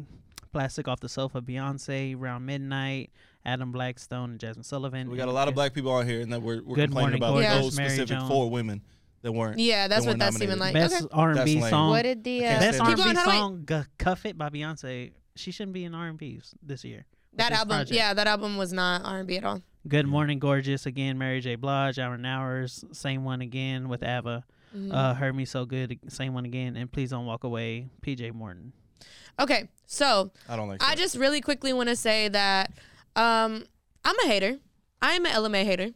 B: Plastic off the sofa. Beyonce. Round midnight. Adam Blackstone and Jasmine Sullivan.
E: We got a
B: And
E: lot of
B: guess-
E: black people on here, and that we're, we're
B: Good
E: complaining
B: Morning
E: about
B: Gorgeous,
E: those
B: Mary
E: specific
B: Joan.
E: four women that weren't.
C: Yeah, that's
E: that
C: what
E: weren't
C: that's even
E: nominated.
C: like.
B: best
C: okay.
B: R and
E: That's
B: B
E: lame.
B: song.
D: What did the, I can't uh,
B: best R and
C: stand it. Keep
B: B
C: going, how do I-
B: song? G- Cuff It by Beyonce. She shouldn't be in R and B's this year. with
C: That
B: this
C: album,
B: project.
C: yeah, that album was not R and B at all.
B: Good Morning Gorgeous again. Mary J. Blige. Hour and Hours. Same one again with Ava.
C: Mhm.
B: Uh, Heard Me So Good. Same one again. And Please Don't Walk Away. P.J. Morton.
C: Okay, so
E: I don't like.
C: I
E: that.
C: just really quickly want to say that um, I'm a hater. I am an LMA hater.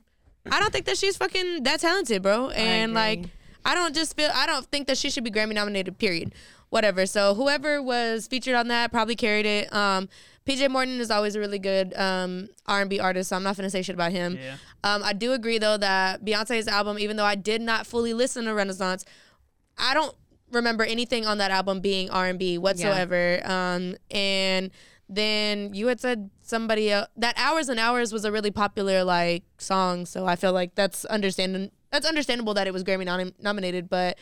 C: I don't think that she's fucking that talented, bro. And like, I don't just feel. I don't think that she should be Grammy nominated. Period. Whatever. So whoever was featured on that probably carried it. Um, PJ Morton is always a really good um, R&B artist, so I'm not gonna say shit about him.
B: Yeah.
C: Um, I do agree though that Beyonce's album, even though I did not fully listen to Renaissance, I don't remember anything on that album being R and B whatsoever. Um, and then you had said somebody el that hours and hours was a really popular like song, so I feel like that's understanding. That's understandable that it was Grammy nom- nominated, but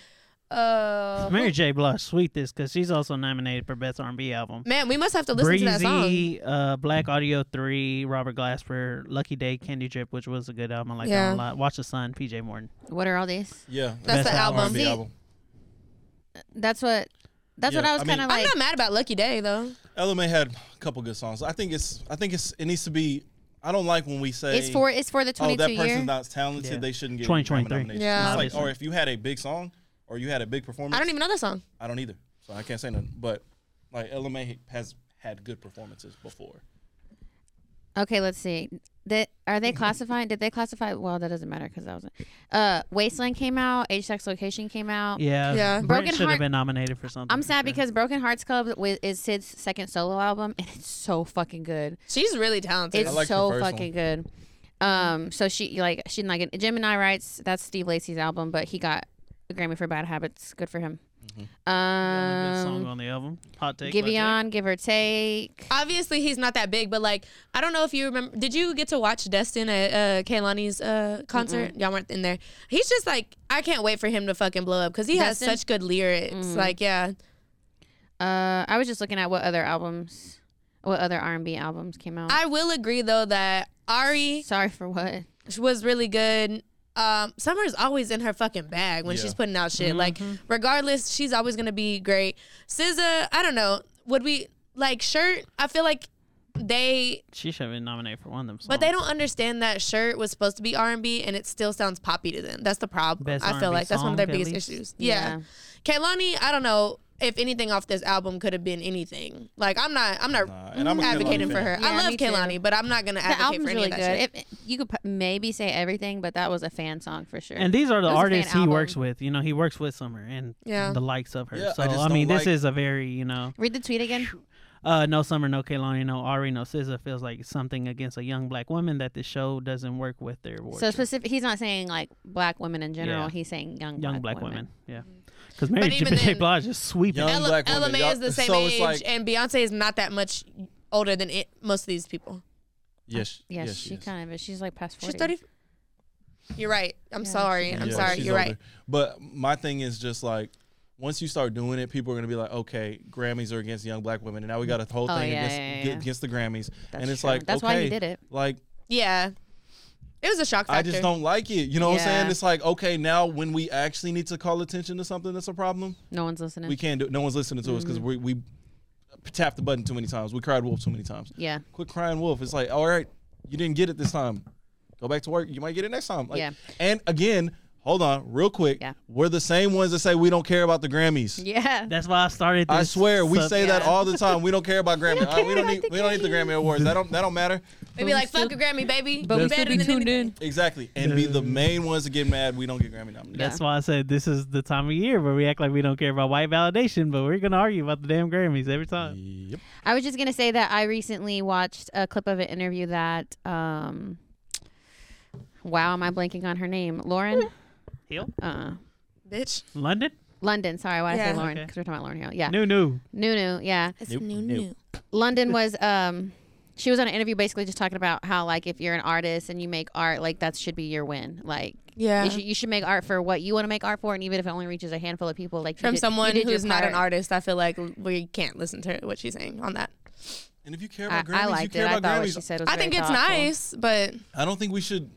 C: uh,
B: Mary J. Blige. Sweet this because she's also nominated for best R and B album.
C: man, we must have to listen
B: Breezy,
C: to that song.
B: Uh, Black Audio 3, Robert Glasper, Lucky Day, Candy Drip, which was a good album. I like that
C: Yeah.
B: one a lot. Watch the Sun, PJ Morton.
D: What are all these?
E: yeah,
C: That's the album.
E: R&B
D: See,
E: album.
D: That's what. That's
E: Yeah,
D: what I was
E: I mean-
D: kind of
C: I'm
D: like.
C: not mad about Lucky Day though.
E: LMA had a couple good songs. I think it's. I think it's. It needs to be. I don't like when we say
D: It's for it's for the
E: Oh,
D: 22
E: that
D: year.
E: person's not talented.
B: Yeah.
E: They shouldn't get
B: 2023.
E: nominated.
C: Yeah.
E: It's like, or if you had a big song, or you had a big performance.
C: I don't even know that song.
E: I don't either. So I can't say nothing. But like LMA has had good performances before.
D: Okay, let's see. That are they classifying? Did they classify? Well, that doesn't matter because I wasn't. Uh, Wasteland came out. Age Sex Location came out.
B: Yeah.
C: Yeah.
B: Brent
D: Broken
B: should have
D: Heart-
B: been nominated for something.
D: I'm
B: for
D: sad
B: sure.
D: because Broken Hearts Club wi- is Sid's second solo album, and it's so fucking good.
C: She's really talented.
D: It's
E: liked the
D: so
E: first one.
D: fucking good. Um, so she like she didn't like it. Gemini writes that's Steve Lacy's album, but he got a Grammy for Bad Habits. Good for him.
E: Mm-hmm.
B: Only good song
D: Um,
B: on the album. Hot take.
D: Give
B: Let's hear it.
D: on, give or take.
C: Obviously, he's not that big, but like, I don't know if you remember. Did you get to watch Destin at uh, Kaylani's uh, concert? Y'all weren't in there. He's just like, I can't wait for him to fucking blow up because he
D: Destin?
C: has such good lyrics. Like, yeah,
D: Uh, I was just looking at what other albums, what other R and B albums came out.
C: I will agree though that Ari
D: Sorry for what?
C: was really good. Um, Summer's always in her fucking bag when
E: Yeah.
C: she's putting out shit. Like, regardless, she's always gonna be great. SZA, I don't know. Would we like shirt? I feel like they
B: She should have been nominated for one of them. Songs.
C: But they don't understand that shirt was supposed to be R and B, and it still sounds poppy to them. That's the problem.
B: Best
C: I feel
B: R&B
C: like that's one of their
B: song, at
C: biggest
B: least?
C: issues. Yeah. Kehlani, I don't know if anything off this album could have been anything. Like I'm not, I'm not
E: Nah, and I'm a Kehlani
C: advocating for her.
E: fan.
D: Yeah,
C: I love
D: me too.
C: Kehlani, but I'm not gonna
D: The
C: advocate
D: album's
C: for any
D: really
C: of
D: good.
C: that shit.
D: It, you could p- maybe say everything, but that was a fan song for sure.
B: And these are the
D: It was a fan
B: artists he
D: album.
B: works with. You know, he works with Summer and
C: Yeah.
B: the likes of her.
E: Yeah, I
B: so
E: just
B: I,
E: don't
B: mean,
E: like-
B: this is a very you know,
D: Read the tweet again.
B: uh, no Summer, no Kehlani, no Ari, no SZA feels like something against a young black woman that the show doesn't work with their awards.
D: So specific. He's not saying like black women in general.
B: Yeah.
D: He's saying young
B: young
D: black,
B: black,
D: women.
B: women. yeah. Because Mary J.
C: even then-
B: Blige is sweeping.
E: Young
C: Ella,
E: black women,
C: Ella May
E: y'all- [LAUGHS]
C: is the same
E: so it's
C: age,
E: like-
C: and Beyonce is not that much older than it, most of these people.
E: Yes.
D: Yeah,
E: yes,
D: she
E: is.
D: kind of is. She's like past forty.
C: She's thirty. You're right. I'm
D: Yeah,
C: sorry.
D: she's
C: I'm
E: Yeah,
C: sorry.
E: she's
C: You're right.
E: older. But my thing is just like once you start doing it, people are gonna be like, okay, Grammys are against young black women, and now we got a whole
D: Oh,
E: thing
D: yeah,
E: against
D: yeah, yeah,
E: g-
D: yeah.
E: against the Grammys,
D: That's
E: and it's
D: true.
E: like
D: That's
E: okay,
D: why he did it.
E: Like
C: Yeah. It was a shock factor.
E: I just don't like it. You know what I'm saying?
C: Yeah.
E: It's like, okay, now when we actually need to call attention to something that's a problem,
D: No one's listening.
E: we can't do it. No one's listening to us because
D: Mhm.
E: we, we tapped the button too many times. We cried wolf too many times.
D: Yeah. [LAUGHS]
E: Quit crying wolf. It's like, all right, you didn't get it this time. Go back to work. You might get it next time. Like,
D: Yeah.
E: And again, hold on, real quick. Yeah. We're the same ones that say we don't care about the Grammys.
D: Yeah.
B: That's why I started. This
E: I swear, we
B: sub-
E: say that all the time. We don't care
D: [LAUGHS]
E: about Grammy. Uh, We don't, need. We don't need the Grammy awards. That don't. That don't matter.
C: It'd be like, fuck a Grammy, baby.
D: But
C: You
D: we
C: better
D: still be
C: than
D: tuned
C: anything.
D: in.
E: Exactly. And be the main ones that get mad. We don't get Grammy nominations.
B: That's why I said this is the time of year where we act like we don't care about white validation, but we're gonna argue about the damn Grammys every time.
E: Yep.
D: I was just gonna say that I recently watched a clip of an interview that um Wow, am I blanking on her name? Lauren?
B: Hill?
D: Uh
C: Bitch.
B: London?
D: London, sorry, why did I
B: Yeah.
D: say Lauren?
B: Okay.
D: Because we're talking about Lauren Hill. Yeah.
B: New new.
D: Nunu, yeah.
B: It's Nope, Nunu. nope.
D: London was um she was on an interview basically just talking about how like if you're an artist and you make art, like that should be your win. Like
C: Yeah.
D: you should, you should make art for what you want to make art for, and even if it only reaches a handful of people, like you
C: From
D: did- you
C: someone
D: did your
C: who's not an
D: part.
C: artist, I feel like we can't listen to what she's saying on that.
E: And if you care
D: about I- I Grammys, you liked care it. I about thought what Grammys. she said was
C: I think
D: very
C: it's
D: thoughtful.
C: nice, but
E: I don't think we should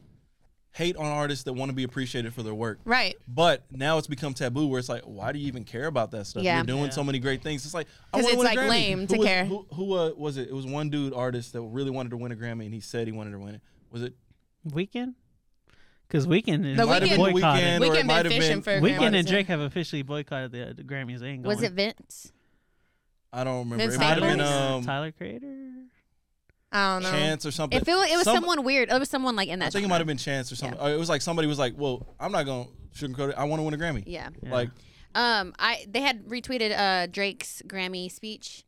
E: hate on artists that want to be appreciated for their work.
C: Right.
E: But now it's become taboo where it's like, why do you even care about that stuff?
C: Yeah.
E: You're doing
C: Yeah.
E: so many great things. It's like, I
C: 'Cause
E: wanna
C: it's,
E: win a
C: like,
E: Grammy.
C: lame
E: Who
C: to
E: was-
C: care.
E: Who, who uh, was it? It was one dude artist that really wanted to win a Grammy and he said he wanted to win it. Was it
B: Weekend? Because Weekend is
E: The Might have been Weeknd- Weeknd
B: boycotted.
E: or it Weeknd been might have fishing been- for a
B: Weeknd
E: Grammy.
B: and Drake have officially boycotted the, the Grammys. They ain't going.
D: Was it Vince?
E: I don't remember.
D: Vince
E: it might have been
D: Staples?
E: um,
B: Tyler Creator,
C: I don't
E: know. Chance or something.
D: It, feel, it was
E: Some-
D: someone weird. It was someone like in that.
E: I think it
D: genre.
E: might have been Chance or something. Or It was like somebody was like, well, I'm not going to sugarcoat it. I want to win a Grammy.
D: Yeah. Yeah.
E: Like,
D: Um, I they had retweeted uh Drake's Grammy speech,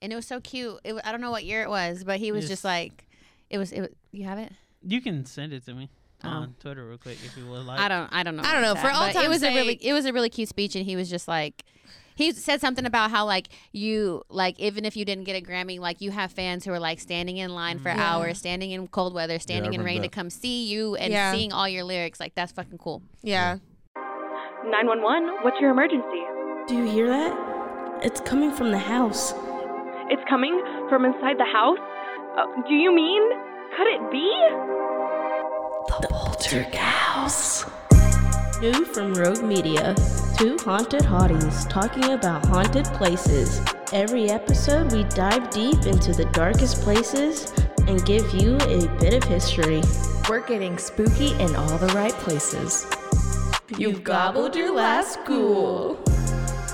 D: and it was so cute. It, wa- I don't know what year it was, but he was
B: Yes.
D: just like, it was. It was you have it?
B: you can send it to me
D: Oh.
B: on Twitter real quick if you would like.
D: I don't. I don't know.
C: I don't
D: about
C: know. For all
D: but it
C: time's
D: was a really.
C: sake-
D: It was a really cute speech, and he was just like. He said something about how like you like even if you didn't get a Grammy like you have fans who are like standing in line for
C: Yeah.
D: hours, standing in cold weather, standing in
C: remember
D: rain
C: that.
D: to come see you and
C: Yeah.
D: seeing all your lyrics like that's fucking cool.
C: yeah.
L: 911, what's your emergency?
K: Do you hear that? It's coming from the house.
L: It's coming from inside the house? Uh, do you mean? Could it be?
K: The Poltergeist. New from Rogue Media. Two haunted hotties talking about haunted places. Every episode, we dive deep into the darkest places and give you a bit of history. We're getting spooky in all the right places. You've gobbled your last ghoul.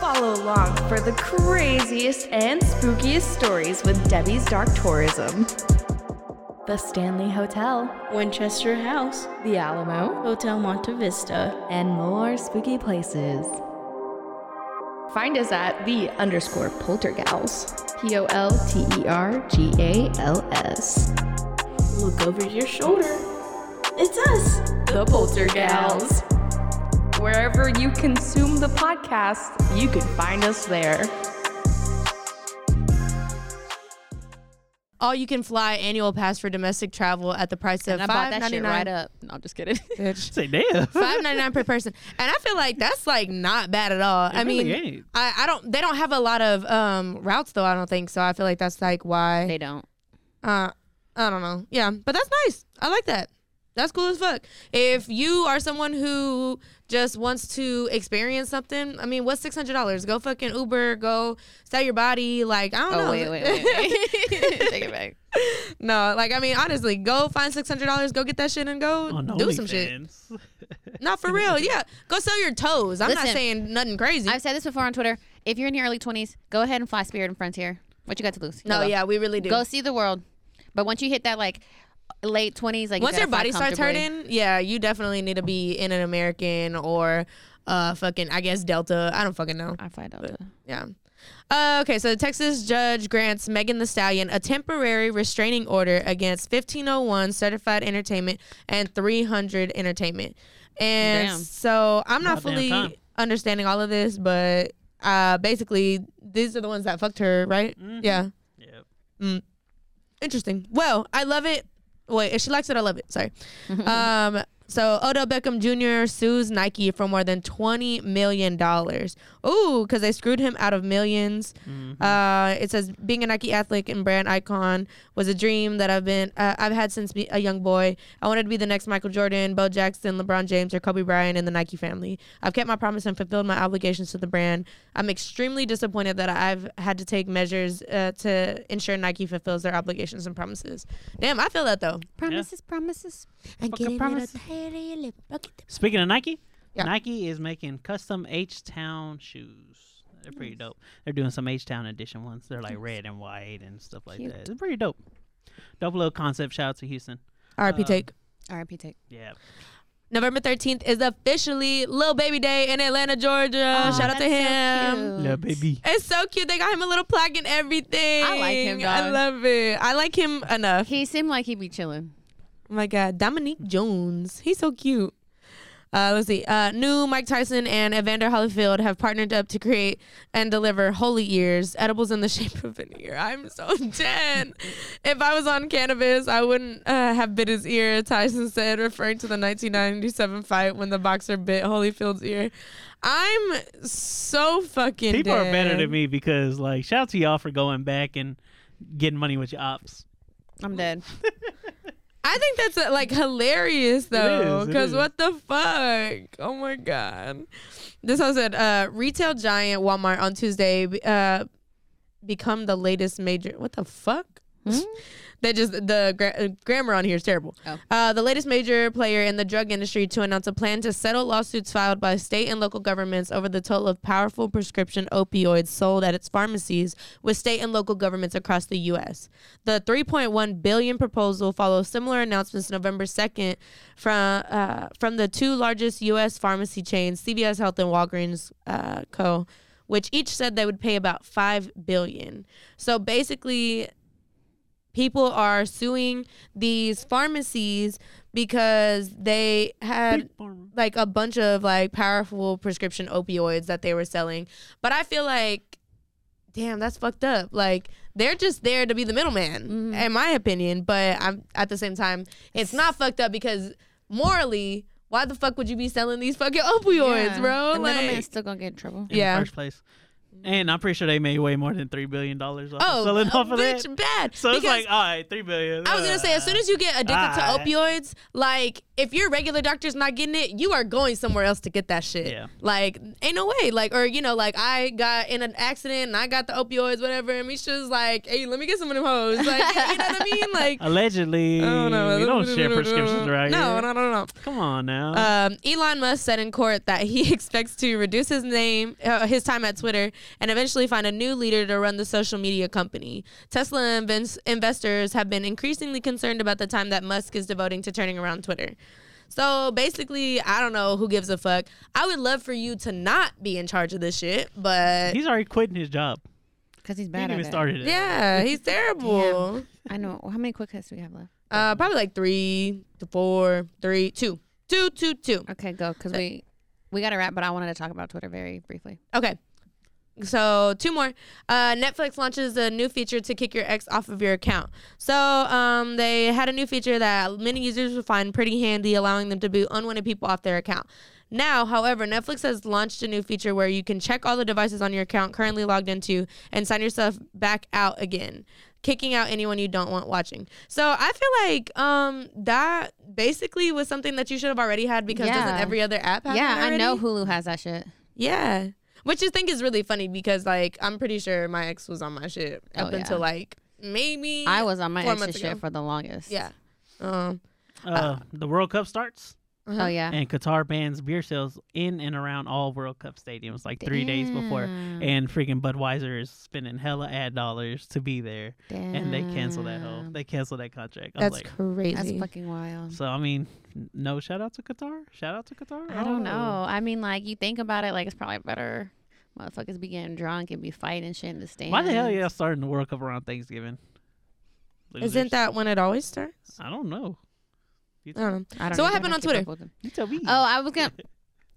K: Follow along for the craziest and spookiest stories with Debbie's Dark Tourism. The Stanley Hotel, Winchester House, The Alamo, Hotel Monte Vista, and more spooky places. Find us at the underscore poltergals. P O L T E R G A L S. Look over your shoulder. It's us, the Poltergals. Wherever you consume the podcast, you can find us there.
C: All you can fly annual pass for domestic travel at the price of
D: And I bought
C: five
D: that
C: ninety
D: shit
C: nine.
D: right up. No, I'm just kidding.
B: [LAUGHS] Say damn.
C: [LAUGHS] Five ninety nine per person, and I feel like that's like not bad at all.
B: It
C: I
B: [LAUGHS]
C: mean,
B: really ain't.
C: I, I don't. They don't have a lot of um routes though. I don't think so. I feel like that's like why
D: they don't.
C: Uh, I don't know. Yeah, but that's nice. I like that. That's cool as fuck. If you are someone who just wants to experience something, I mean, what's six hundred dollars? Go fucking Uber. Go sell your body. Like I don't
D: Oh,
C: know.
D: wait, wait, wait, wait. [LAUGHS] Take it back.
C: [LAUGHS] No, like I mean, honestly, go find six hundred dollars. Go get that shit and go
B: On
C: do some shit.
B: OnlyFans. [LAUGHS]
C: Not for real. Yeah, go sell your toes. I'm not
D: Listen,
C: saying nothing crazy.
D: I've said this before on Twitter. If you're in your early 20s, go ahead and fly Spirit and Frontier. What you got to lose?
C: No,
D: YOLO.
C: yeah, we really do.
D: Go see the world. But once you hit that like late 20s, like you
C: Once
D: gotta
C: your
D: fly
C: body starts
D: comfortably.
C: hurting, yeah, you definitely need to be in an American or uh fucking I guess Delta. I don't fucking know.
D: I fly Delta.
C: yeah. Uh, okay, so the Texas judge grants Megan the Stallion a temporary restraining order against 1501 Certified Entertainment and 300 Entertainment. And
D: Damn.
C: so I'm not
D: About damn
C: fully
D: time.
C: understanding all of this, but uh basically these are the ones that fucked her, right?
D: Mm-hmm.
C: Yeah.
B: Yep.
C: Mm. Interesting. Well, I love it. Wait, if she likes it, I love it. Sorry. um, So Odell Beckham Jr. sues Nike for more than twenty million dollars. Ooh, because they screwed him out of 1000000s Uh, it says being a Nike athlete and brand icon was a dream that I've been uh, I've had since be- a young boy. I wanted to be the next Michael Jordan, Bo Jackson, LeBron James, or Kobe Bryant in the Nike family. I've kept my promise and fulfilled my obligations to the brand. I'm extremely disappointed that I've had to take measures uh, to ensure Nike fulfills their obligations and promises. Damn, I feel that though.
D: Promises, promises.
C: I get it
D: promises.
B: Speaking of Nike,
C: Yeah.
B: Nike is making custom H Town shoes. They're pretty
D: Nice.
B: dope. They're doing some H Town edition ones. They're like red and white and stuff like
D: Cute.
B: that. It's pretty dope. Dope little concept. Shout out to Houston.
C: R.I.P.
B: Uh,
C: Take.
D: R.I.P. Take.
B: Yeah.
C: November 13th is officially Lil Baby Day in Atlanta, Georgia.
D: Aw,
C: Uh, Shout out to
D: Oh, that's so
C: him.
B: Little baby.
C: It's so cute. They got him a little plaque and everything.
D: I like him,
C: I
D: dog.
C: love it. I like him enough.
D: He seemed like he be chilling.
C: Oh my God, Dominique Jones. He's so cute. Uh, let's see. Uh, new Mike Tyson and Evander Holyfield have partnered up to create and deliver holy ears, edibles in the [LAUGHS] shape of an ear. I'm so [LAUGHS] dead. if I was on cannabis, I wouldn't uh, have bit his ear, Tyson said, referring to the 1997 fight when the boxer bit Holyfield's ear. I'm so fucking
B: People are better
C: dead.
B: than me because, like, shout out to y'all for going back and getting money with your ops.
D: I'm dead.
C: I think that's uh, like hilarious though,
B: is, it
C: because
B: is.
C: what the fuck? Oh my god! This was at uh, retail giant Walmart on Tuesday. Uh, become the latest major. What the fuck? They just the gra- uh, grammar on here is terrible. Uh, the latest major player in the drug industry to announce a plan to settle lawsuits filed by state and local governments over the total of powerful prescription opioids sold at its pharmacies with state and local governments across the U.S. The 3.1 billion proposal follows similar announcements November 2nd from uh, from the two largest U.S. pharmacy chains, CVS Health and Walgreens uh, Co., which each said they would pay about five billion. So basically, people are suing these pharmacies because they had like a bunch of like powerful prescription opioids that they were selling. But I feel like damn, that's fucked up. Like they're just there to be the middleman
B: Mm-hmm.
C: in my opinion, but I'm at the same time it's not fucked up because morally why the fuck would you be selling these fucking opioids,
D: Yeah.
C: bro?
D: The
C: like,
D: middleman's still gonna get in trouble.
B: in the first place. And I'm pretty sure they made way more than three billion dollars off
C: Oh,
B: of selling
C: oh,
B: off of
C: bitch,
B: that.
C: bad.
B: So it's
C: Because-
B: like, all right, three billion.
C: I was gonna say, as soon as you get addicted
B: Ah.
C: to opioids, like if your regular doctor's not getting it, you are going somewhere else to get that shit.
B: Yeah.
C: Like, ain't no way. Like, or you know, like I got in an accident and I got the opioids, whatever, and Misha's like, hey, let me get some of them hoes. Like, you, you know what I mean?
B: [LAUGHS]
C: Like,
B: uh, allegedly,
C: I don't know.
B: we don't
C: [LAUGHS]
B: share prescriptions right
C: No,
B: here.
C: no, no, no.
B: Come on now.
C: Um, Elon Musk said in court that he [LAUGHS] expects to reduce his name, uh, his time at Twitter, and eventually find a new leader to run the social media company. Tesla invens- investors have been increasingly concerned about the time that Musk is devoting to turning around Twitter. So basically, I don't know who gives a fuck. I would love for you to not be in charge of this shit, but
B: he's already quitting his job.
D: Because he's
B: He
D: bad
B: ain't
D: at
B: even
D: it.
B: started it.
C: yeah, he's terrible.
D: I know. How many quick cuts do we have left?
C: Uh, probably like three to four, three, two, two, two, two.
D: Okay, go. Because we we got to wrap, but I wanted to talk about Twitter very briefly.
C: Okay. So two more. Uh, Netflix launches a new feature to kick your ex off of your account. So um, they had a new feature that many users would find pretty handy, allowing them to boot unwanted people off their account. Now, however, Netflix has launched a new feature where you can check all the devices on your account currently logged into and sign yourself back out again, kicking out anyone you don't want watching. So I feel like um, that basically was something that you should have already had because doesn't
D: Yeah.
C: every other app have
D: yeah,
C: that
D: I know
C: already?
D: Hulu has that shit.
C: Yeah. Which I think is really funny because like I'm pretty sure my ex was on my shit up
D: Oh, yeah.
C: until like maybe
D: I was on my
C: four
D: extra
C: months ago.
D: shit for the longest.
C: Yeah. Um
B: Uh, the World Cup starts.
D: Oh, yeah.
B: And Qatar bans beer sales in and around all World Cup stadiums like three days before.
D: Mm.
B: And freaking Budweiser is spending hella ad dollars to be there. And they cancel that whole they cancel that contract. I was
C: That's
B: like,
C: crazy.
D: Mm. That's fucking wild.
B: So I mean, n- no shout out to Qatar. Shout out to Qatar. Oh.
D: I don't know. I mean, like, you think about it, like, it's probably better. Motherfuckers be getting drunk and be fighting shit in the stands.
B: Why the hell y'all starting the World Cup around Thanksgiving?
C: Isn't that when it always starts?
B: I don't know.
C: I don't know.
D: I don't
C: so what happened
D: even know
C: on
D: keep up
C: Twitter?
D: with them.
B: You tell me.
D: Oh, I was gonna,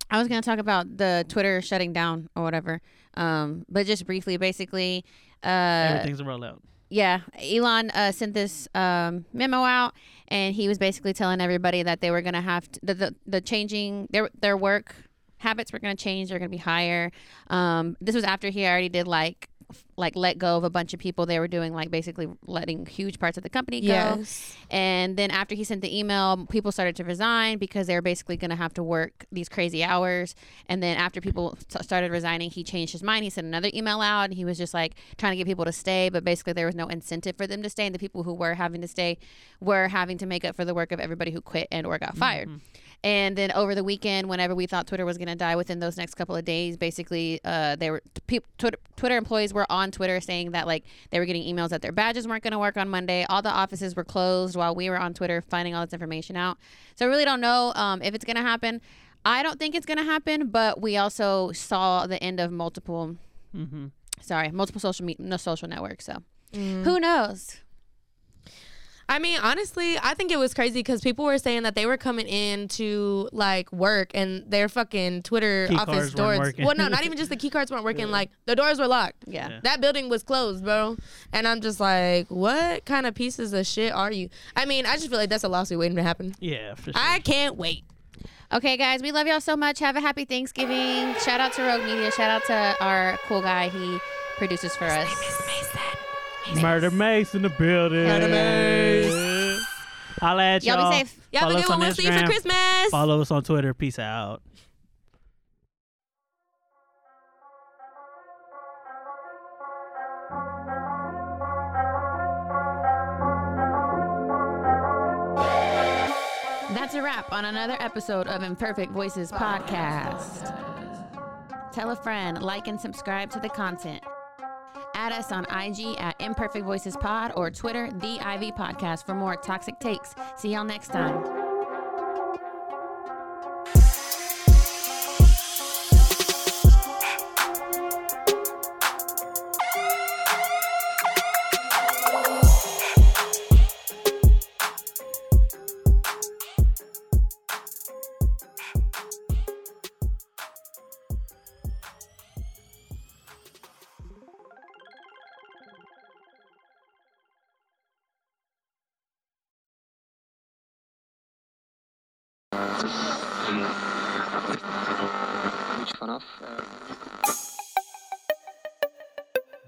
D: I was gonna talk about the Twitter shutting down or whatever. Um, but just briefly, basically, uh,
B: Everything's a rollout.
D: yeah, Elon uh, sent this um, memo out, and he was basically telling everybody that they were gonna have to, that the the changing their their work habits were gonna change. They're gonna be higher. Um, this was after he already did like f- like let go of a bunch of people they were doing like basically letting huge parts of the company go
C: Yes.
D: and then after he sent the email people started to resign because they were basically going to have to work these crazy hours and then after people s started resigning he changed his mind he sent another email out and he was just like trying to get people to stay but basically there was no incentive for them to stay and the people who were having to stay were having to make up for the work of everybody who quit and or got fired and then over the weekend, whenever we thought Twitter was going to die, within those next couple of days, basically, uh, they were peop Twitter, Twitter employees were on Twitter saying that like they were getting emails that their badges weren't going to work on Monday. All the offices were closed while we were on Twitter finding all this information out. So I really don't know um, if it's going to happen. I don't think it's going to happen, but we also saw the end of multiple,
B: Mhm.
D: sorry, multiple social media, no social networks. So
C: Mm.
D: who knows?
C: I mean, honestly, I think it was crazy because people were saying that they were coming in to like work and their fucking Twitter
D: Key
C: office
D: cards weren't
C: doors.
D: working.
C: Well, no,
D: [LAUGHS]
C: not even just the key cards weren't working. Like the doors were locked.
D: Yeah. Yeah.
C: that building was closed, bro. And I'm just like, what kind of pieces of shit are you? I mean, I just feel like that's a lawsuit waiting to happen.
B: Yeah, for
C: I can't wait.
D: Okay, guys, we love y'all so much. Have a happy Thanksgiving. Shout out to Rogue Media. Shout out to our cool guy. He produces for us. [LAUGHS]
B: Murder Mace in the building.
D: Murder
B: Mace. Holla at y'all.
D: Y'all be safe. Y'all have
B: Follow
D: a good
B: us
D: one.
B: on
D: We'll see you for
B: Instagram.
D: Christmas.
B: Follow us on Twitter. Peace out.
D: That's a wrap on another episode of Imperfect Voices Podcast. Tell a friend, like, and subscribe to the content. Add us on IG at Imperfect Voices Pod or Twitter, The IV Podcast, for more toxic takes. See y'all next time.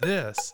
M: This